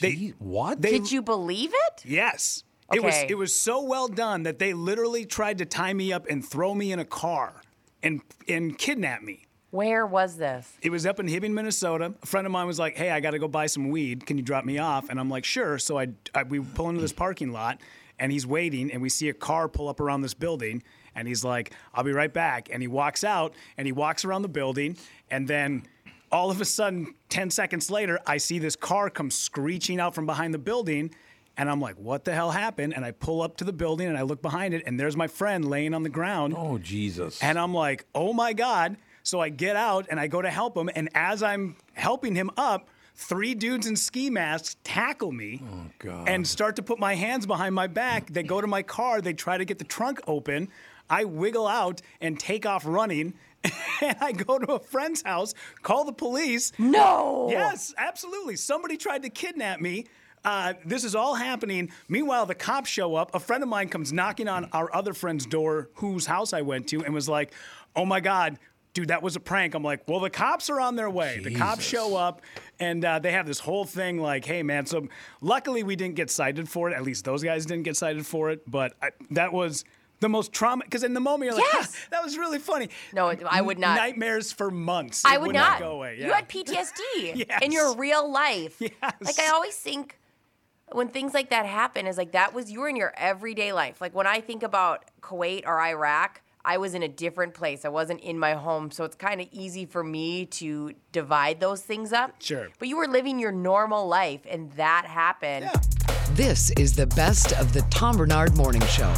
Speaker 4: They
Speaker 3: what?
Speaker 4: They,
Speaker 2: Did you believe it?
Speaker 4: Yes. It was
Speaker 2: Okay.
Speaker 4: it was so well done that they literally tried to tie me up and throw me in a car and and kidnap me.
Speaker 2: Where was this?
Speaker 4: It was up in Hibbing, Minnesota. A friend of mine was like, "Hey, I got to go buy some weed. Can you drop me off?" And I'm like, "Sure." So I, I we pull into this parking lot, and he's waiting, and we see a car pull up around this building, and he's like, "I'll be right back." And he walks out, and he walks around the building, and then all of a sudden, ten seconds later, I see this car come screeching out from behind the building. And I'm like, what the hell happened? And I pull up to the building and I look behind it, and there's my friend laying on the ground.
Speaker 3: Oh, Jesus.
Speaker 4: And I'm like, oh my God. So I get out and I go to help him. And as I'm helping him up, three dudes in ski masks tackle me
Speaker 3: God.
Speaker 4: and start to put my hands behind my back. They go to my car, they try to get the trunk open. I wiggle out and take off running. and I go to a friend's house, call the police.
Speaker 2: No!
Speaker 4: Yes, absolutely. Somebody tried to kidnap me. Uh, this is all happening. Meanwhile, the cops show up. A friend of mine comes knocking on our other friend's door, whose house I went to, and was like, Oh my God, dude, that was a prank. I'm like, Well, the cops are on their way. The cops show up, and uh, they have this whole thing like, Hey, man. So luckily, we didn't get cited for it. At least those guys didn't get cited for it. But I, that was the most trauma. Because in the moment, you're like,
Speaker 2: Yes.
Speaker 4: "Ah, That was really funny.
Speaker 2: No, it- I would not.
Speaker 4: Nightmares for months.
Speaker 2: I
Speaker 4: It
Speaker 2: would
Speaker 4: would
Speaker 2: not.
Speaker 4: go away.
Speaker 2: You
Speaker 4: Yeah.
Speaker 2: had PTSD in your real life. Like I always think when things like that happen is like that was you were in your everyday life. Like when I think about Kuwait or Iraq, I was in a different place. I wasn't in my home, so it's kind of easy for me to divide those things up.
Speaker 1: Sure.
Speaker 2: But you were living your normal life and that happened.
Speaker 1: This is the best of the Tom Bernard Morning Show.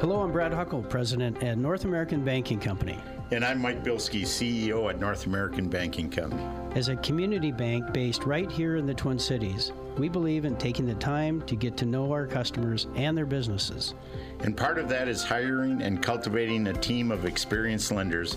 Speaker 10: Hello, I'm Brad Huckle, president at North American Banking Company.
Speaker 11: And I'm Mike Bilski, CEO at North American Banking Company.
Speaker 10: As a community bank based right here in the Twin Cities, we believe in taking the time to get to know our customers and their businesses.
Speaker 11: And part of that is hiring and cultivating a team of experienced lenders.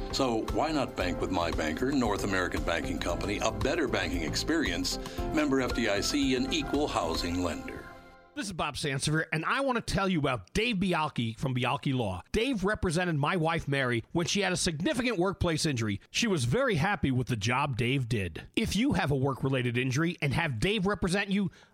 Speaker 5: So why not bank with my banker, North American Banking Company, a better banking experience, member FDIC, an equal housing lender.
Speaker 12: This is Bob Sansevier, and I want to tell you about Dave Bialki from Bialki Law. Dave represented my wife, Mary, when she had a significant workplace injury. She was very happy with the job Dave did. If you have a work related injury and have Dave represent you,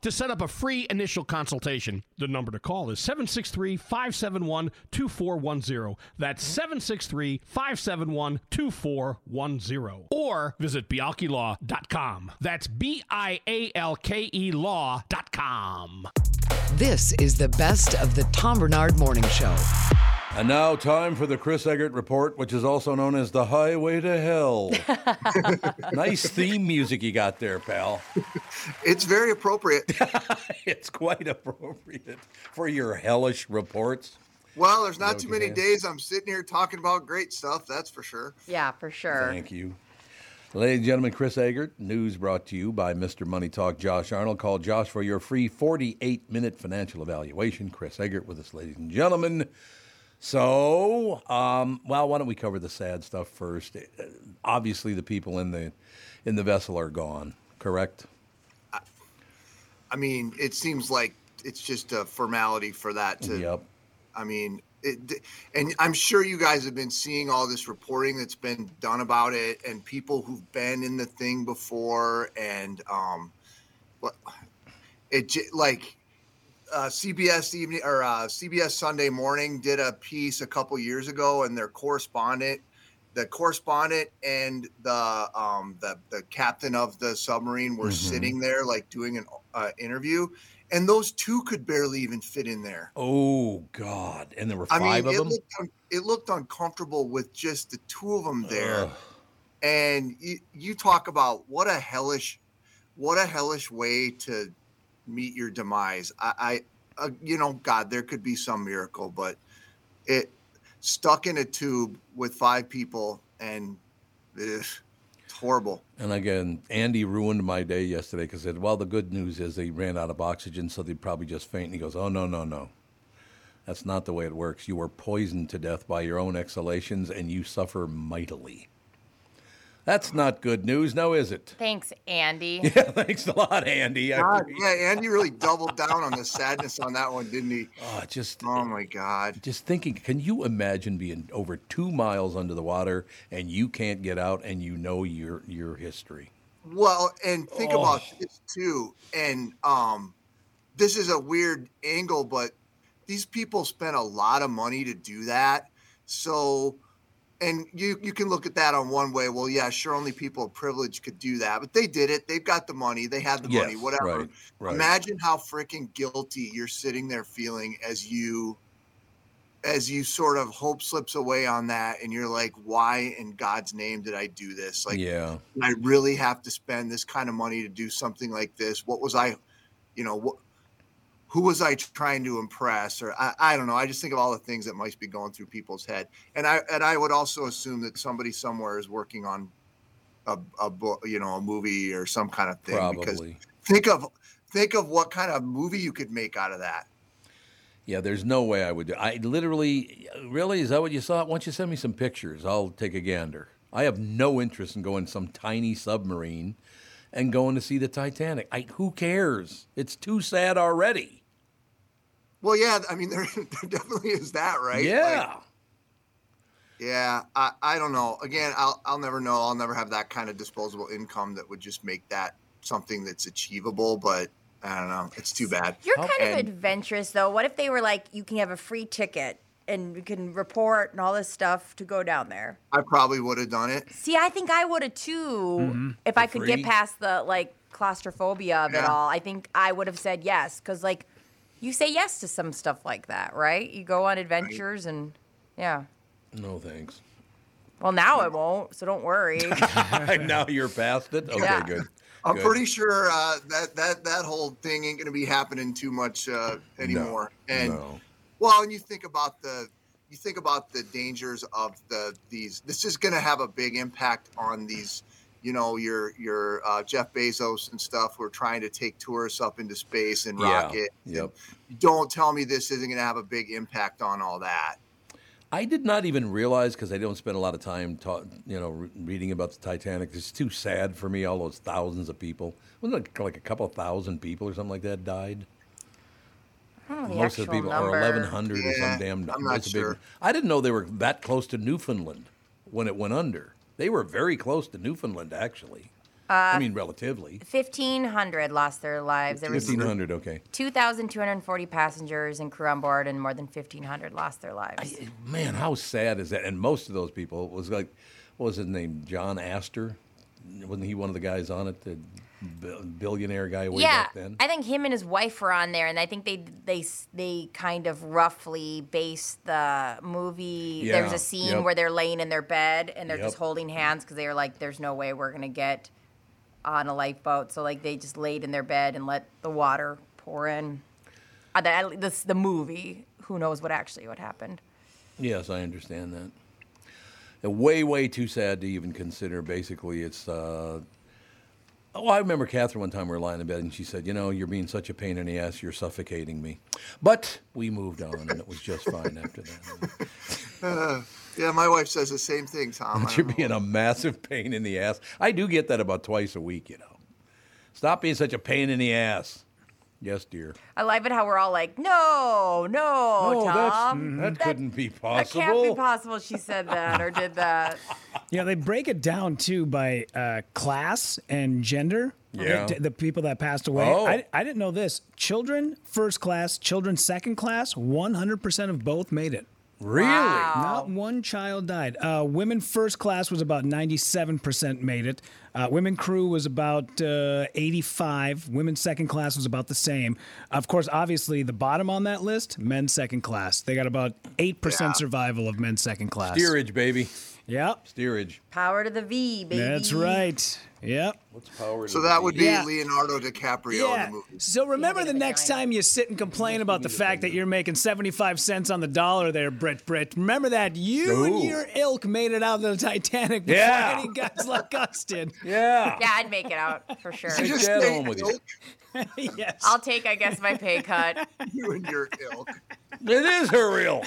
Speaker 12: to set up a free initial consultation. The number to call is 763 571 2410. That's 763 571 2410. Or visit bialkilaw.com. That's B I A L K E law.com.
Speaker 1: This is the best of the Tom Bernard Morning Show.
Speaker 3: And now, time for the Chris Eggert Report, which is also known as the Highway to Hell. nice theme music you got there, pal.
Speaker 13: It's very appropriate.
Speaker 3: it's quite appropriate for your hellish reports.
Speaker 13: Well, there's not
Speaker 3: Yogi
Speaker 13: too many
Speaker 3: hands.
Speaker 13: days I'm sitting here talking about great stuff, that's for sure.
Speaker 2: Yeah, for sure.
Speaker 3: Thank you. Ladies and gentlemen, Chris Agert, news brought to you by Mr. Money Talk Josh Arnold. Call Josh for your free 48 minute financial evaluation. Chris Agert with us, ladies and gentlemen. So, um, well, why don't we cover the sad stuff first? Uh, Obviously, the people in the in the vessel are gone, correct?
Speaker 13: I mean, it seems like it's just a formality for that to. I mean, it, and I'm sure you guys have been seeing all this reporting that's been done about it, and people who've been in the thing before, and um, what- it j- like uh, CBS evening or uh, CBS Sunday Morning did a piece a couple years ago, and their correspondent, the correspondent and the um, the the captain of the submarine were
Speaker 3: Mhm.
Speaker 13: sitting there like doing an uh, interview, and those two could barely even fit in there.
Speaker 3: Oh God! And there were five
Speaker 13: it
Speaker 3: of them.
Speaker 13: Looked un- it looked uncomfortable with just the two of them there. And you, you talk about what a hellish, what a hellish way to meet your demise. I, I uh, you know, God, there could be some miracle, but it stuck in a tube with five people and ugh, it's horrible.
Speaker 3: And again, Andy ruined my day yesterday because said, "Well, the good news is they ran out of oxygen, so they probably just faint." And he goes, "Oh no, no, no, that's not the way it works. You were poisoned to death by your own exhalations, and you suffer mightily." That's not good news, now is it?
Speaker 14: Thanks, Andy.
Speaker 3: Yeah, thanks a lot, Andy. I
Speaker 13: God,
Speaker 3: appreciate-
Speaker 13: yeah, Andy really doubled down on the sadness on that one, didn't he?
Speaker 3: Oh, just
Speaker 13: oh my God!
Speaker 3: Just thinking, can you imagine being over two miles under the water and you can't get out and you know your your history?
Speaker 13: Well, and think
Speaker 3: Oh.
Speaker 13: about this too. And um, this is a weird angle, but these people spent a lot of money to do that. So, and you you can look at that on one way. Well, yeah, sure, only people of privilege could do that, but they did it. They've got the money. They had the
Speaker 3: Yes,
Speaker 13: money. Whatever.
Speaker 3: right, right.
Speaker 13: Imagine how freaking guilty you're sitting there feeling as you as you sort of hope slips away on that and you're like why in god's name did i do this like
Speaker 3: yeah.
Speaker 13: I really have to spend this kind of money to do something like this. What was I, you know, what, who was I trying to impress? Or I, I don't know. I just think of all the things that might be going through people's head. And I, and I would also assume that somebody somewhere is working on a, a book, you know, a movie or some kind of thing. Because
Speaker 3: Probably.
Speaker 13: think of, think of what kind of movie you could make out of that.
Speaker 3: Yeah, there's no way I would do. I literally, really, is that what you saw? Why don't you send me some pictures? I'll take a gander. I have no interest in going some tiny submarine and going to see the Titanic. I, who cares? It's too sad already.
Speaker 13: Well, yeah. I mean, there, there definitely is that, right?
Speaker 3: Yeah.
Speaker 13: Like, yeah, I, I don't know. Again, I'll I'll never know. I'll never have that kind of disposable income that would just make that something that's achievable. But I don't know. It's too bad.
Speaker 2: You're kind of
Speaker 13: And-
Speaker 2: adventurous, though. What if they were like, you can have a free ticket and you can report and all this stuff to go down there?
Speaker 13: I probably would have done it.
Speaker 2: See, I think I would have too
Speaker 13: Mhm.
Speaker 2: if I could
Speaker 13: Free.
Speaker 2: get past the like claustrophobia of it
Speaker 13: Yeah.
Speaker 2: all. I think I would have said yes because like you say yes to some stuff like that, right? You go on adventures and yeah.
Speaker 3: No thanks.
Speaker 2: Well, now it won't, so don't worry.
Speaker 3: now you're past it. Okay,
Speaker 2: Yeah.
Speaker 3: good.
Speaker 13: I'm
Speaker 3: good.
Speaker 13: pretty sure uh, that that that whole thing ain't gonna be happening too much uh, anymore. and
Speaker 3: no.
Speaker 13: Well, and you think about the you think about the dangers of the these. This is going to have a big impact on these. You know, your your uh, Jeff Bezos and stuff. We're trying to take tourists up into space and
Speaker 3: Yeah,
Speaker 13: rocket.
Speaker 3: Yep.
Speaker 13: Don't tell me this isn't going to have a big impact on all that.
Speaker 3: I did not even realize because I don't spend a lot of time, ta- you know, re- reading about the Titanic. It's too sad for me. All those thousands of people, wasn't it like a couple thousand people or something like that died?
Speaker 2: I don't know the
Speaker 3: Most of the
Speaker 2: actual
Speaker 3: people,
Speaker 2: number.
Speaker 3: or 1,100 or
Speaker 13: Yeah,
Speaker 3: some damn.
Speaker 13: I'm not
Speaker 3: it's a big-
Speaker 13: sure.
Speaker 3: I didn't know they were that close to Newfoundland when it went under. They were very close to Newfoundland, actually. I
Speaker 2: Uh,
Speaker 3: mean, relatively.
Speaker 2: 1,500 lost their lives. There was
Speaker 3: 1,500, okay.
Speaker 2: 2,240 passengers and crew on board, and more than 1,500 lost their lives.
Speaker 3: Man, how sad is that? And most of those people was like, what was his name? John Astor? Wasn't he one of the guys on it? The bi- billionaire guy way
Speaker 2: yeah,
Speaker 3: back then?
Speaker 2: I think him and his wife were on there, and I think they they s- they kind of roughly based the movie. There was
Speaker 3: Yeah,
Speaker 2: a scene
Speaker 3: yep.
Speaker 2: where they're laying in their bed and they're just
Speaker 3: Yep.
Speaker 2: holding hands because they were like, "There's no way we're gonna get on a lifeboat," so like they just laid in their bed and let the water pour in. Uh, the, this the movie. Who knows what actually what happened?
Speaker 3: Yes, I understand that. And way, way too sad to even consider. Basically, it's. Uh, oh, I remember Catherine one time we were lying in bed and she said, You know, you're being such a pain in the ass, you're suffocating me. But we moved on and it was just fine after that.
Speaker 13: Uh, yeah, my wife says the same thing, Tom. I
Speaker 3: You're
Speaker 13: don't know.
Speaker 3: being a massive pain in the ass. I do get that about twice a week, you know. Stop being such a pain in the ass. Yes, dear.
Speaker 2: I love it how we're all like, "No, no,
Speaker 3: No, that's-
Speaker 2: Oh, Tom,
Speaker 3: that couldn't be
Speaker 2: That can't be
Speaker 3: possible."
Speaker 2: possible. She said that or did that.
Speaker 4: Yeah, they break it down too by uh, class and gender.
Speaker 3: Yeah.
Speaker 4: The, the people that passed away.
Speaker 3: Oh.
Speaker 4: I, I didn't know this. Children first class, children second class, 100% of both made it.
Speaker 3: Really?
Speaker 4: Not one child died. Uh, women first class was about 97% made it. Uh, women crew was about uh, 85. Women second class was about the same. Of course, obviously, the bottom on that list, men second class. They got about 8% survival of men second class.
Speaker 3: Steerage, baby.
Speaker 4: Yep.
Speaker 3: Steerage.
Speaker 2: Power to the V, baby.
Speaker 4: That's right. Yep.
Speaker 3: What's power?
Speaker 13: So that would be
Speaker 4: Yeah.
Speaker 13: Leonardo DiCaprio in
Speaker 4: Yeah.
Speaker 13: the movie.
Speaker 4: So remember the next time you sit and complain about the fact that you're making 75 cents on the dollar there, Brett Brett. Remember that you and
Speaker 3: Ooh.
Speaker 4: your ilk made it out of the Titanic before
Speaker 3: Yeah.
Speaker 4: any guys like us did.
Speaker 3: Yeah.
Speaker 2: Yeah, I'd make it out for sure.
Speaker 4: Take Just that say home
Speaker 3: with you.
Speaker 4: yes.
Speaker 2: I'll take, I guess, my pay cut.
Speaker 13: You and your ilk.
Speaker 3: It is her real.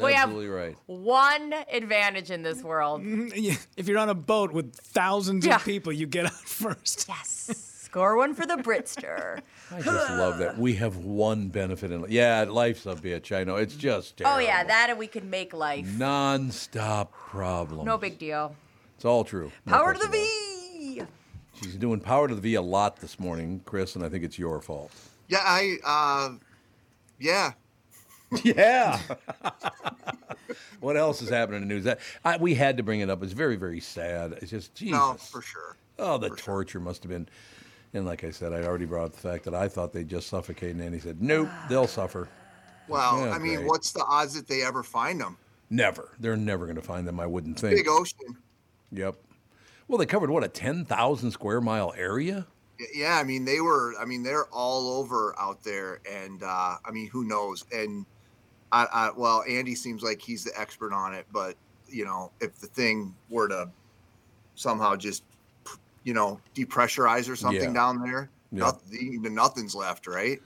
Speaker 2: we have
Speaker 3: absolutely right.
Speaker 2: one advantage in this world.
Speaker 4: Yeah, If you're on a boat with thousands
Speaker 2: Yeah.
Speaker 4: of people, you get out first.
Speaker 2: Yes. Score one for the Britster.
Speaker 3: I just love that. We have one benefit in life. Yeah, life's a bitch. I know. It's just terrible.
Speaker 2: Oh yeah, that and we can make life.
Speaker 3: Non-stop problem.
Speaker 2: No big deal.
Speaker 3: It's all true. No
Speaker 2: Power to the
Speaker 3: question about
Speaker 2: V.
Speaker 3: it. She's doing power to the V a lot this morning, Chris, and I think it's your fault.
Speaker 13: Yeah, I, uh, yeah.
Speaker 3: Yeah. what else is happening in the news? That I, we had to bring it up. It's very, very sad. It's just Jesus.
Speaker 13: No, for sure.
Speaker 3: Oh, the torture must have been. And like I said, I already brought up the fact that I thought they'd just suffocate, and Andy said, "Nope,
Speaker 13: Ah.
Speaker 3: they'll suffer."
Speaker 13: Well,
Speaker 3: Yeah,
Speaker 13: I mean,
Speaker 3: great.
Speaker 13: what's the odds that they ever find them?
Speaker 3: Never. They're never going to find them. I wouldn't think.
Speaker 13: Big ocean.
Speaker 3: Yep. Well, they covered what a ten thousand square mile area.
Speaker 13: Y- Yeah, I mean, they were. I mean, they're all over out there, and uh, I mean, who knows? And I, I, well, Andy seems like he's the expert on it, but you know, if the thing were to somehow just, you know, depressurize or something
Speaker 3: Yeah.
Speaker 13: down there,
Speaker 3: Yeah.
Speaker 13: nothing, nothing's left, right?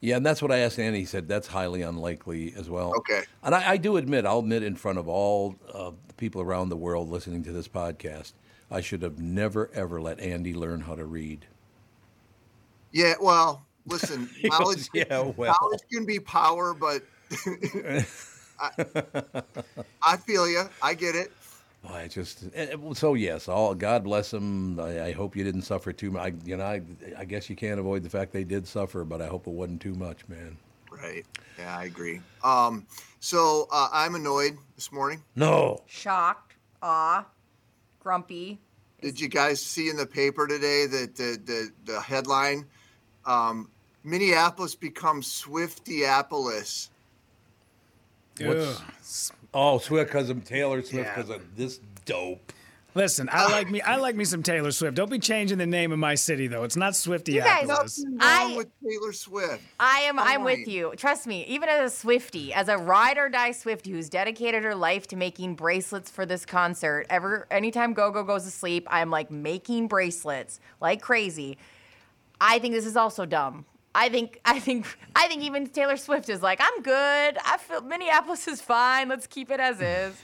Speaker 3: Yeah, and that's what I asked Andy. He said that's highly unlikely as well.
Speaker 13: Okay.
Speaker 3: And I, I do admit, I'll admit in front of all uh, the people around the world listening to this podcast, I should have never, ever let Andy learn how to read.
Speaker 13: Yeah. Well, listen,
Speaker 3: He goes,
Speaker 13: knowledge,
Speaker 3: "Yeah, well."
Speaker 13: knowledge can be power, but I, I feel you. I get it.
Speaker 3: I just eh, eh, so yes. All God bless him. I, I hope you didn't suffer too much. I, you know, I, I guess you can't avoid the fact they did suffer, but I hope it wasn't too much, man.
Speaker 13: Right. Yeah, I agree. Um, so uh, I'm annoyed this morning.
Speaker 3: No.
Speaker 2: Shocked, awe, grumpy.
Speaker 13: Did you guys see in the paper today that the the, the headline, um, Minneapolis becomes Swiftieapolis?
Speaker 3: What's- Oh, Swift because of Taylor Swift because of this dope.
Speaker 4: Listen, I like me. I like me some Taylor Swift. Don't be changing the name of my city though. It's not Swifty.
Speaker 2: You guys, I with
Speaker 13: Taylor Swift.
Speaker 2: I am. I'm with
Speaker 4: Fine.
Speaker 2: you. Trust me. Even as a Swifty, as a ride or die Swifty who's dedicated her life to making bracelets for this concert, ever anytime Go Go goes to sleep, I'm like making bracelets like crazy. I think this is also dumb. I think I think I think even Taylor Swift is like, I'm good. I feel Minneapolis is fine. Let's keep it as is.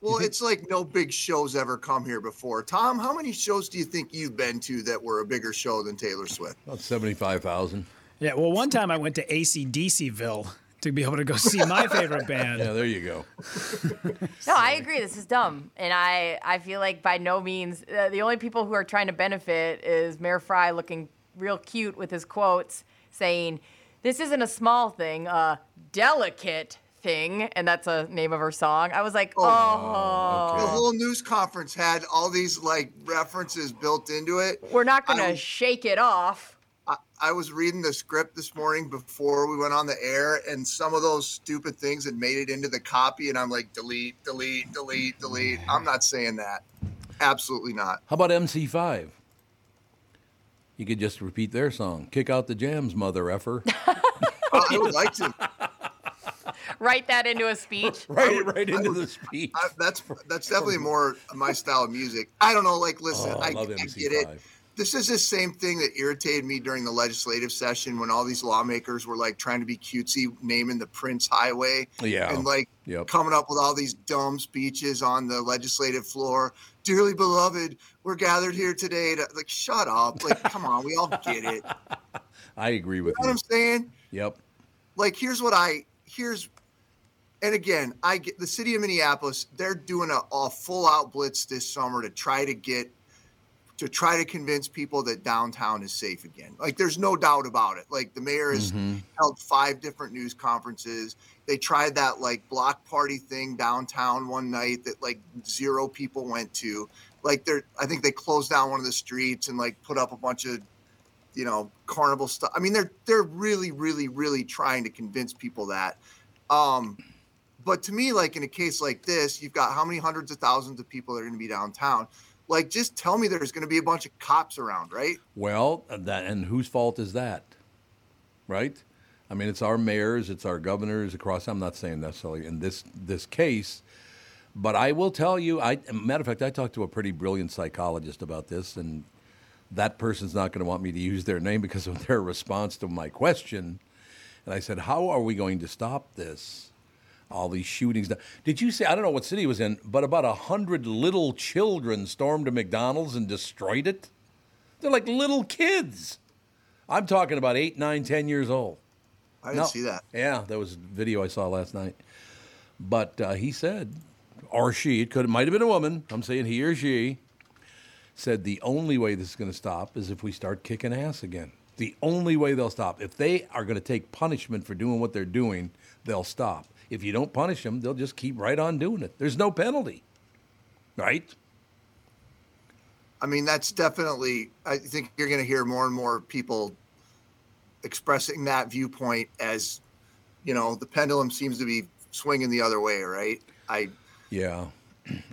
Speaker 13: Well, it's like no big shows ever come here before. Tom, how many shows do you think you've been to that were a bigger show than Taylor Swift?
Speaker 3: About seventy-five thousand.
Speaker 4: Yeah. Well, one time I went to ACDCville to be able to go see my favorite band.
Speaker 3: Yeah, there you go.
Speaker 2: No, I agree. This is dumb, and I I feel like by no means uh, the only people who are trying to benefit is Mayor Fry looking real cute with his quotes saying, "This isn't a small thing, a delicate thing," and that's a name of her song. I was like, oh,
Speaker 13: The whole news conference had all these like references built into it.
Speaker 2: "Oh, we're not
Speaker 13: I
Speaker 2: gonna
Speaker 13: was-
Speaker 2: shake it off.
Speaker 13: I, I was reading the script this morning before we went on the air, and some of those stupid things had made it into the copy, and I'm like, delete, delete, delete, delete. I'm not saying that. Absolutely not.
Speaker 3: How about MC5? You could just repeat their song. Kick out the jams, mother effer.
Speaker 13: I would like to.
Speaker 2: Write that into a speech.
Speaker 3: Write it right into the speech.
Speaker 13: I, that's that's definitely more my style of music. I don't know. Like, listen,
Speaker 3: Oh, I
Speaker 13: I,
Speaker 3: love
Speaker 13: I get
Speaker 3: MC5.
Speaker 13: it. This is the same thing that irritated me during the legislative session when all these lawmakers were like trying to be cutesy, naming the Prince Highway.
Speaker 3: Yeah.
Speaker 11: Oh.
Speaker 13: And like
Speaker 3: Yep.
Speaker 13: coming up with all these dumb speeches on the legislative floor. Dearly beloved, we're gathered here today to like shut up. Like, come on, we all get it. You know
Speaker 3: I agree with
Speaker 13: what
Speaker 3: you.
Speaker 13: I'm saying?
Speaker 3: Yep.
Speaker 13: like here's what I here's and again, I get the city of Minneapolis, they're doing a, a full out blitz this summer to try to get to try to convince people that downtown is safe again. Like there's no doubt about it. Like the mayor has
Speaker 3: Mm-hmm.
Speaker 6: Mhm.
Speaker 13: held five different news conferences. They tried that like block party thing downtown one night that like zero people went to. Like they're I think they closed down one of the streets and like put up a bunch of you know carnival stuff i mean they're they're really really really trying to convince people that um but to me like in a case like this you've got how many hundreds of thousands of people that are going to be downtown like just tell me there's going to be a bunch of cops around right
Speaker 3: Well, that, and whose fault is that? Right? I mean, it's our mayors, it's our governors across. I'm not saying necessarily in this this case, but I will tell you. I matter of fact, I talked to a pretty brilliant psychologist about this, and that person's not going to want me to use their name because of their response to my question. And I said, "How are we going to stop this?" all these shootings. Did you see? I don't know what city it was in, but about a hundred little children stormed a McDonald's and destroyed it. They're like little kids. I'm talking about eight, nine, ten years old.
Speaker 13: I didn't see that.
Speaker 3: Yeah, that was video I saw last night. But uh, he said, or she, it could, it might have been a woman. I'm saying he or she said the only way this is going to stop is if we start kicking ass again. The only way they'll stop. If they are going to take punishment for doing what they're doing, they'll stop. If you don't punish them, they'll just keep right on doing it. There's no penalty, right?
Speaker 13: I mean, that's definitely. I think you're going to hear more and more people expressing that viewpoint as, you know, the pendulum seems to be swinging the other way, right? I.
Speaker 3: Yeah.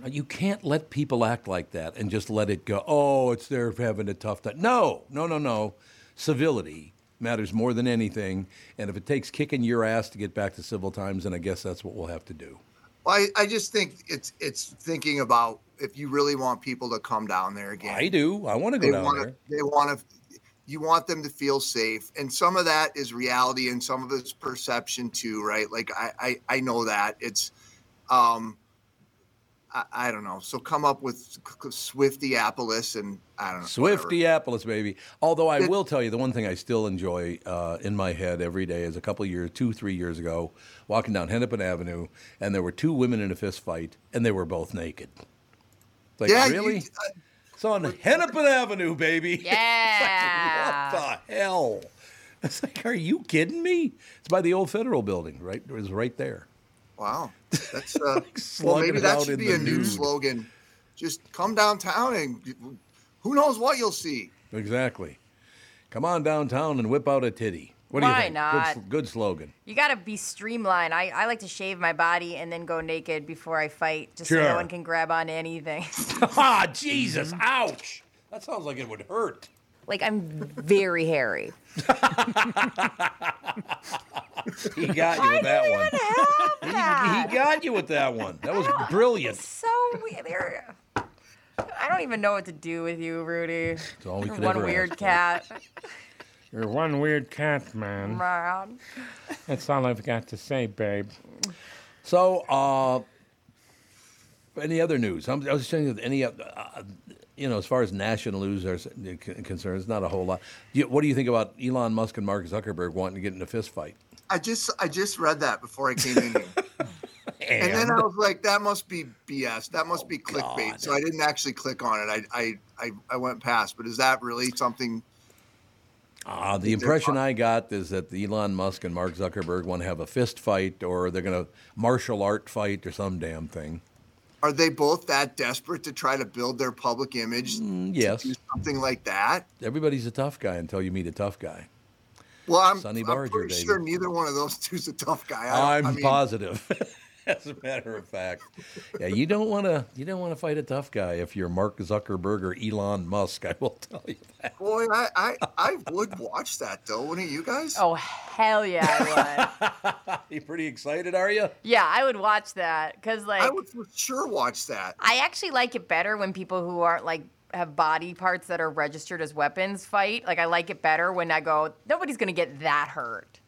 Speaker 3: You can't let people act like that and just let it go. Oh, it's they're having a tough time. No, no, no, no. Civility matters more than anything. And if it takes kicking your ass to get back to civil times, then I guess that's what we'll have to do.
Speaker 13: Well, I, I just think it's it's thinking about if you really want people to come down there again.
Speaker 3: I do. I want to go
Speaker 13: they
Speaker 3: down
Speaker 13: wanna,
Speaker 3: there.
Speaker 13: They want to. You want them to feel safe, and some of that is reality, and some of it's perception too, right? Like I, I, I know that it's, um, I, I don't know. So come up with Swiftiapolis, and I don't know. whatever.
Speaker 3: Swiftiapolis, baby. Although I will tell you, the one thing I still enjoy uh, in my head every day is a couple of years, two, three years ago, walking down Hennepin Avenue, and there were two women in a fist fight, and they were both naked. It's Like,
Speaker 13: Yeah, you- uh,
Speaker 3: really? it's on Hennepin Avenue, baby. Yeah. what the hell? It's like, are you kidding me? It's by the old Federal Building, right? It was right there.
Speaker 13: Wow, that's uh, well,
Speaker 3: slugging
Speaker 13: maybe
Speaker 3: it
Speaker 13: that
Speaker 3: out
Speaker 13: should
Speaker 3: in
Speaker 13: be
Speaker 3: the
Speaker 13: a new
Speaker 3: nude.
Speaker 13: slogan. Just come downtown, and who knows what you'll see.
Speaker 3: Exactly. Come on downtown and whip out a titty. What do
Speaker 2: Why
Speaker 3: you think? Good,
Speaker 2: not?
Speaker 3: good slogan.
Speaker 2: You gotta be streamlined. I, I like to shave my body and then go naked before I fight, just so
Speaker 3: Sure.
Speaker 2: no one can grab on to anything.
Speaker 3: ah, Jesus! Ouch! That sounds like it would hurt.
Speaker 2: like I'm very hairy.
Speaker 3: He got you with that one. He- He, got you with that one. That was brilliant.
Speaker 2: So weird. You're- I don't even know what to do with you, Rudy. It's
Speaker 3: all we could
Speaker 2: One
Speaker 3: ever
Speaker 2: weird
Speaker 3: ask for.
Speaker 2: cat
Speaker 15: You're one weird cat, man.
Speaker 2: around.
Speaker 15: That's all I've got to say, babe.
Speaker 3: So, uh, any other news? I'm, I was just saying that any, uh, uh, you know, as far as national news are s- con- concerned, it's not a whole lot. You, what do you think about Elon Musk and Mark Zuckerberg wanting to get in a fist fight?
Speaker 13: I just I just read that before I came in here. and? then I was like, that must be BS. That must be clickbait. So I didn't actually click on it. I, I I I went past. But is that really something?
Speaker 3: Uh, the impression I got is that Elon Musk and Mark Zuckerberg want to have a fist fight, or they're going to martial art fight, or some damn thing.
Speaker 13: Are they both that desperate to try to build their public image?
Speaker 3: Hmm.
Speaker 13: to
Speaker 3: Mm, yes.
Speaker 13: do something like that.
Speaker 3: Everybody's a tough guy until you meet a tough guy.
Speaker 13: Well, I'm,
Speaker 3: Sonny
Speaker 13: I'm
Speaker 3: Barger,
Speaker 13: pretty
Speaker 3: baby.
Speaker 13: sure neither one of those two's a tough guy. I,
Speaker 3: I'm
Speaker 13: I mean,
Speaker 3: positive. As a matter of fact, yeah, you don't want to you don't want to fight a tough guy if you're Mark Zuckerberg or Elon Musk. I will tell you that.
Speaker 13: Boy, I, I I would watch that though. Wouldn't you guys?
Speaker 2: Oh hell yeah, I would.
Speaker 3: you pretty excited, are you?
Speaker 2: yeah, I would watch that because like
Speaker 13: I would for sure watch that.
Speaker 2: I actually like it better when people who aren't like have body parts that are registered as weapons fight. Like I like it better when I go, nobody's gonna get that hurt.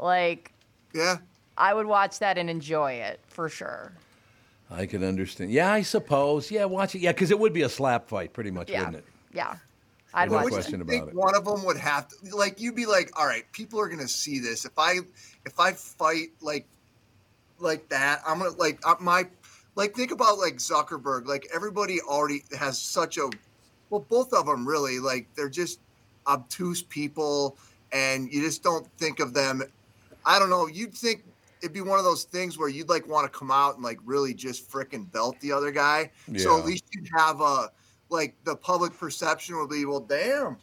Speaker 2: Like
Speaker 13: Yeah.
Speaker 2: I would watch that and enjoy it for sure.
Speaker 3: I can understand. Yeah, I suppose. Yeah, watch it. Yeah, because it would be a slap fight, pretty much,
Speaker 2: yeah.
Speaker 3: wouldn't it?
Speaker 2: Yeah. I'd
Speaker 3: No
Speaker 2: watch it.
Speaker 3: question about
Speaker 13: think one of them would have to like you'd be like all right people are gonna see this if i if i fight like like that i'm gonna like uh, my like think about like zuckerberg like everybody already has such a well both of them really like they're just obtuse people and you just don't think of them i don't know you'd think it'd be one of those things where you'd like want to come out and like really just frickin' belt the other guy so at
Speaker 3: Yeah.
Speaker 13: least you'd have a like the public perception would be well damn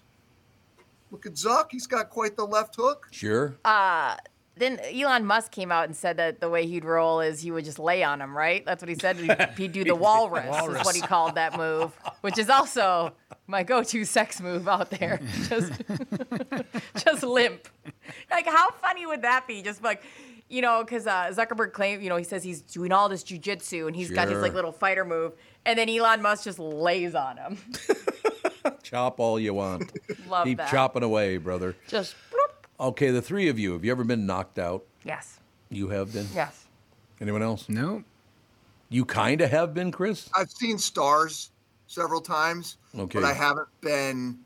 Speaker 13: Look at Zuck. He's got quite the left hook.
Speaker 3: Sure.
Speaker 2: Uh then Elon Musk came out and said that the way he'd roll is he would just lay on him, right? That's what he said. He'd, he'd do the walrus, is what he
Speaker 3: Walrus.
Speaker 2: called that move, which is also my go-to sex move out there. Just, just limp. Like, how funny would that be? Just like, you know, because uh, Zuckerberg claimed, you know, he says he's doing all this jujitsu and he's got his like
Speaker 3: Sure.
Speaker 2: little fighter move, and then Elon Musk just lays on him.
Speaker 3: Chop all you want.
Speaker 2: Love
Speaker 3: Keep
Speaker 2: that.
Speaker 3: chopping away, brother.
Speaker 2: Just
Speaker 3: Okay, the three of you. Have you ever been knocked out?
Speaker 2: yes,
Speaker 3: You have been.
Speaker 2: yes.
Speaker 3: Anyone else?
Speaker 4: No.
Speaker 3: You kind of have been, Chris.
Speaker 13: I've seen stars several times,
Speaker 3: Okay.
Speaker 13: but I haven't been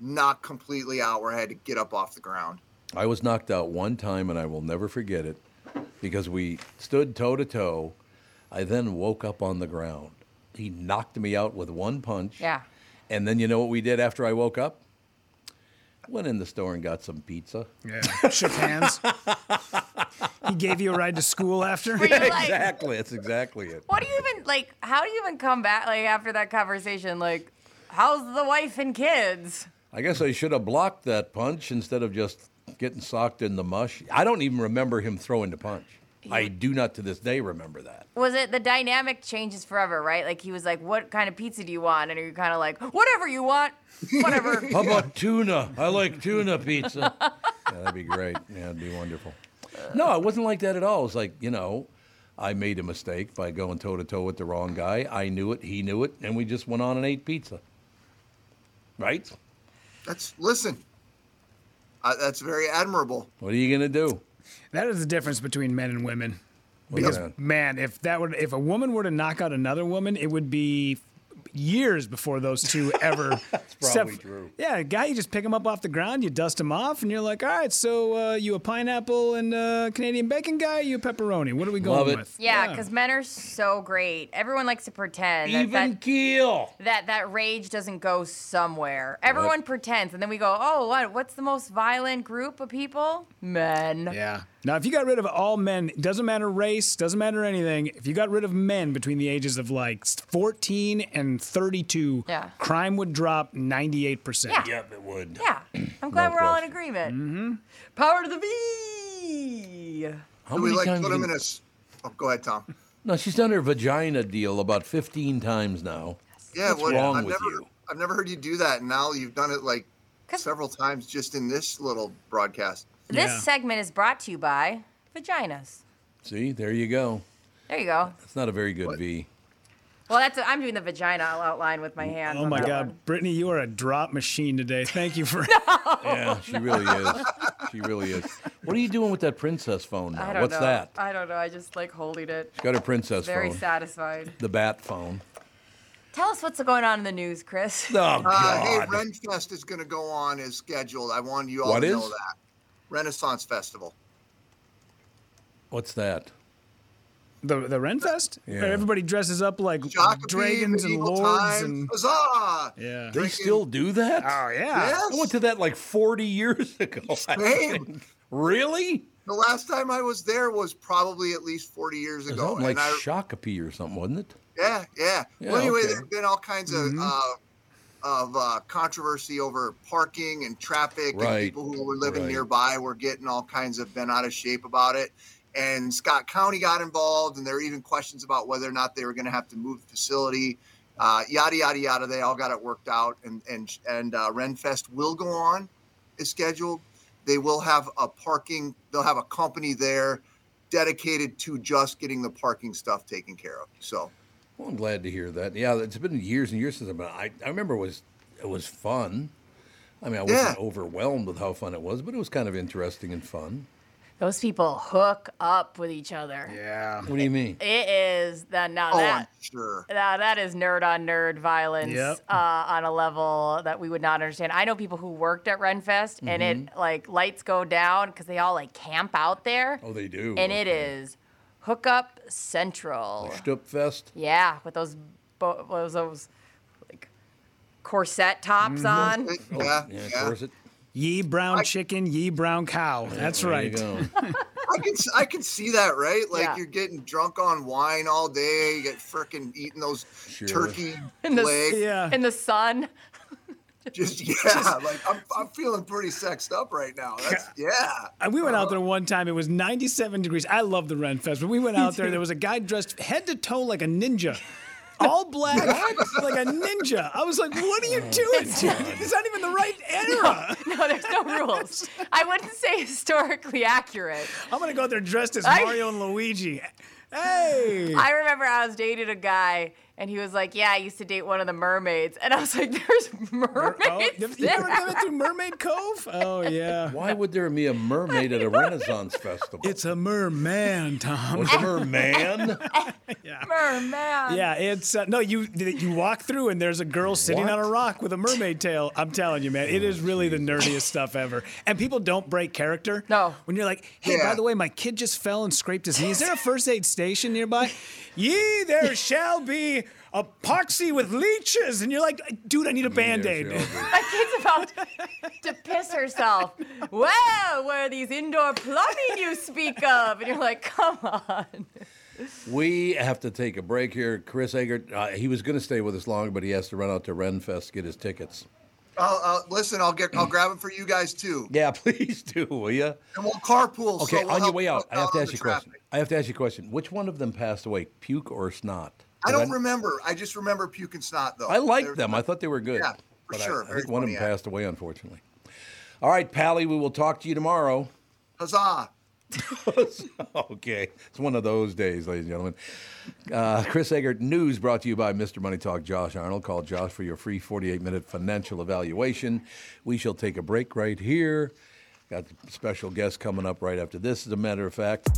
Speaker 13: knocked completely out where I had to get up off the ground.
Speaker 3: I was knocked out one time and I will never forget it because we stood toe to toe. I then woke up on the ground. He knocked me out with one punch.
Speaker 2: Yeah.
Speaker 3: And then you know what we did after I woke up? Went in the store and got some pizza.
Speaker 4: Yeah. Shook hands. he gave you a ride to school after.
Speaker 2: Were you like-
Speaker 3: exactly. That's exactly it.
Speaker 2: What do you even like? How do you even come back like after that conversation? Like, how's the wife and kids?
Speaker 3: I guess I should have blocked that punch instead of just getting socked in the mush. I don't even remember him throwing the punch. I do not to this day remember that.
Speaker 2: Was it the dynamic changes forever, right? Like he was like, "What kind of pizza do you want?" And you're kind of like, "Whatever you want, whatever."
Speaker 3: How about tuna? I like tuna pizza. yeah, that'd be great. Yeah, it'd be wonderful. No, it wasn't like that at all. It was like, you know, I made a mistake by going toe to toe with the wrong guy. I knew it, he knew it, and we just went on and ate pizza. Right?
Speaker 13: That's listen. Uh, that's very admirable.
Speaker 3: What are you going to do?
Speaker 4: That is the difference between men and women.
Speaker 3: Well,
Speaker 4: Because
Speaker 3: yeah.
Speaker 4: man, if that would if a woman were to knock out another woman, it would be years before those two ever. That's
Speaker 3: probably true.
Speaker 4: Yeah, a guy, you just pick him up off the ground, you dust him off, and you're like, all right, so uh, you a pineapple and uh, Canadian bacon guy, you a pepperoni. What are we going
Speaker 3: Love it.
Speaker 4: with?
Speaker 2: Yeah, because men are so great. Everyone likes to pretend that,
Speaker 3: Even
Speaker 2: that
Speaker 3: keel.
Speaker 2: that that rage doesn't go somewhere. Everyone pretends, and then we go, "Oh, what? What's the most violent group of people? Men."
Speaker 4: Yeah. Now, if you got rid of all men, it doesn't matter race, doesn't matter anything. If you got rid of men between the ages of like 14 and 32,
Speaker 2: Yeah.
Speaker 4: crime would drop 98%.
Speaker 2: Yeah.
Speaker 3: Yep, it would.
Speaker 2: Yeah. I'm glad
Speaker 4: No
Speaker 2: we're all in agreement. Mm-hmm. Power to the V.
Speaker 3: How
Speaker 13: Do we
Speaker 3: many
Speaker 13: like
Speaker 3: times
Speaker 13: put him
Speaker 3: in-
Speaker 13: in a? s- Oh, go ahead, Tom.
Speaker 3: No, she's done her vagina deal about 15 times now.
Speaker 13: Yeah,
Speaker 3: What's
Speaker 13: well,
Speaker 3: wrong
Speaker 13: I've
Speaker 3: with
Speaker 13: never,
Speaker 3: you?
Speaker 13: I've never heard you do that, and now you've done it like several times just in this little broadcast.
Speaker 2: This segment is brought to you by vaginas.
Speaker 3: See, there you go.
Speaker 2: There you go.
Speaker 3: It's not a very good V.
Speaker 2: Well, that's I'm doing the vagina outline with my hand.
Speaker 4: Oh
Speaker 2: on
Speaker 4: my
Speaker 2: that
Speaker 4: God,
Speaker 2: one.
Speaker 4: Brittany, you are a drop machine today. Thank you for.
Speaker 13: Oh,
Speaker 3: Yeah, she really is. She really is. What are you doing with that princess phone now?
Speaker 2: I don't
Speaker 3: What's
Speaker 2: know.
Speaker 3: that?
Speaker 2: I don't know. I just like holding it.
Speaker 3: She's got her princess
Speaker 2: Very
Speaker 3: phone.
Speaker 2: satisfied.
Speaker 3: The bat phone.
Speaker 2: Tell us what's going on in the news, Chris.
Speaker 3: Oh,
Speaker 13: Uh, hey,
Speaker 3: God.
Speaker 13: Renfest is going to go on as scheduled. I wanted you all
Speaker 3: What
Speaker 13: to know
Speaker 3: is?
Speaker 13: that. Renaissance Festival.
Speaker 3: What's that?
Speaker 4: The, the Renfest?
Speaker 3: Yeah.
Speaker 4: Where everybody dresses up like dragons and
Speaker 13: medieval
Speaker 4: lords
Speaker 13: times.
Speaker 4: and.
Speaker 13: Huzzah!
Speaker 4: Yeah.
Speaker 3: They still do that? Oh
Speaker 4: yeah.
Speaker 13: Yes.
Speaker 3: I went to that like 40 years ago. I
Speaker 13: Same.
Speaker 3: think. Really?
Speaker 13: The last time I was there was probably at least 40 years
Speaker 3: It was
Speaker 13: ago.
Speaker 3: something like
Speaker 13: and I,
Speaker 3: Shakopee or something, wasn't it?
Speaker 13: yeah, yeah,
Speaker 3: Yeah,
Speaker 13: Well, anyway,
Speaker 3: okay.
Speaker 13: there's been all kinds
Speaker 3: Mhm.
Speaker 13: of uh, of uh, controversy over parking and traffic,
Speaker 3: Right,
Speaker 13: and people who were living
Speaker 3: right.
Speaker 13: nearby were getting all kinds of bent out of shape about it. And Scott County got involved, and there were even questions about whether or not they were going to have to move the facility. Uh, yada yada yada. They all got it worked out, and and and uh, Renfest will go on is scheduled. They will have oh, a parking. They'll have a company there dedicated to just getting the parking stuff taken care of. So
Speaker 3: Well, I'm glad to hear that. Yeah, it's been years and years since I've been. I, I remember it was it was fun. I mean, I wasn't overwhelmed with how fun it was, but it was kind of interesting and fun.
Speaker 2: Those people hook up with each other.
Speaker 4: Yeah.
Speaker 3: What do you mean?
Speaker 2: It is that now
Speaker 13: Oh,
Speaker 2: that
Speaker 13: I'm sure.
Speaker 2: now that is nerd on nerd violence
Speaker 13: Yep.
Speaker 2: uh, on a level that we would not understand. I know people who worked at Renfest and it
Speaker 3: Mm-hmm.
Speaker 2: like lights go down because they all like camp out there.
Speaker 3: Oh, they do.
Speaker 2: And it is hookup central.
Speaker 3: Stupfest.
Speaker 2: Yeah, with those bo- those, those like corset tops on.
Speaker 13: Yeah,
Speaker 3: Oh, yeah,
Speaker 13: yeah.
Speaker 3: corset.
Speaker 4: Ye brown chicken, ye brown cow. That's
Speaker 3: there you
Speaker 4: right.
Speaker 3: go.
Speaker 13: I can I can see that, right? Like
Speaker 2: Yeah.
Speaker 13: you're getting drunk on wine all day, you get frickin' eating those turkey
Speaker 2: In the,
Speaker 13: legs.
Speaker 2: in the sun.
Speaker 13: Just yeah, like I'm, I'm feeling pretty sexed up right now. That's yeah.
Speaker 4: Uh, We went
Speaker 2: Uh-huh.
Speaker 4: out there one time. It was 97 degrees. I love the Ren Fest, but we went out there. There was a guy dressed head to toe like a ninja, all black, like a ninja. I was like, "What are you doing? dude? It's not even the right era."
Speaker 2: Oh, No, there's no rules. I wouldn't say historically accurate.
Speaker 4: I'm gonna go out there dressed as
Speaker 2: I-
Speaker 4: Mario and Luigi. Hey,
Speaker 2: I remember I was dating a guy
Speaker 16: And he was like, "Yeah, I used to date one of the mermaids," and I was like, "There's mermaids."
Speaker 4: Oh, You ever
Speaker 16: there?
Speaker 4: been to Mermaid Cove? Oh yeah.
Speaker 3: Why would there be a mermaid at a Renaissance festival?
Speaker 4: It's a merman, Tom.
Speaker 3: What's a merman?
Speaker 16: Merman.
Speaker 4: Yeah, it's uh, no. You you walk through and there's a girl sitting on a rock with a mermaid tail. I'm telling you, man, it is really the nerdiest stuff ever. And people don't break character. No. When you're like, hey, by
Speaker 13: Yeah.
Speaker 4: the way, my kid just fell and scraped his knee. Is there a first aid station nearby? Ye, there shall be epoxy with leeches. And you're like, dude, I need a band aid.
Speaker 16: My kid's about to piss herself. Well, where are these indoor plumbing you speak of? And you're like, come on.
Speaker 3: We have to take a break here. Chris Egert, uh, he was going to stay with us long, but he has to run out to Renfest to get his tickets.
Speaker 13: I'll, I'll, listen, I'll get, I'll grab them for you guys too,
Speaker 3: Yeah, please do, will you?
Speaker 13: and we'll carpool.
Speaker 3: Okay,
Speaker 13: so we'll
Speaker 3: on your
Speaker 13: help
Speaker 3: way out, I have to
Speaker 13: on
Speaker 3: ask
Speaker 13: the
Speaker 3: you a
Speaker 13: traffic.
Speaker 3: question. I have to ask you a question. Which one of them passed away, puke or snot?
Speaker 13: I don't
Speaker 3: Because
Speaker 13: remember. I just remember puke and snot though.
Speaker 3: I liked
Speaker 13: There's-
Speaker 3: them. I thought they were good.
Speaker 13: Yeah, for
Speaker 3: But I-
Speaker 13: sure.
Speaker 3: I,
Speaker 13: Very
Speaker 3: think one of
Speaker 13: funny
Speaker 3: them
Speaker 13: act.
Speaker 3: passed away, unfortunately. All right, Pally, we will talk to you tomorrow.
Speaker 13: Huzzah!
Speaker 3: okay. It's one of those days, ladies and gentlemen. Uh, Chris Egert News brought to you by Mr. Money Talk Josh Arnold. Call Josh for your free 48 minute financial evaluation. We shall take a break right here. Got special guest coming up right after this, as a matter of fact.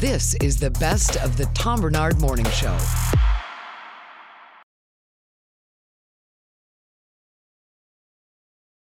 Speaker 1: This is the best of the Tom Bernard Morning Show.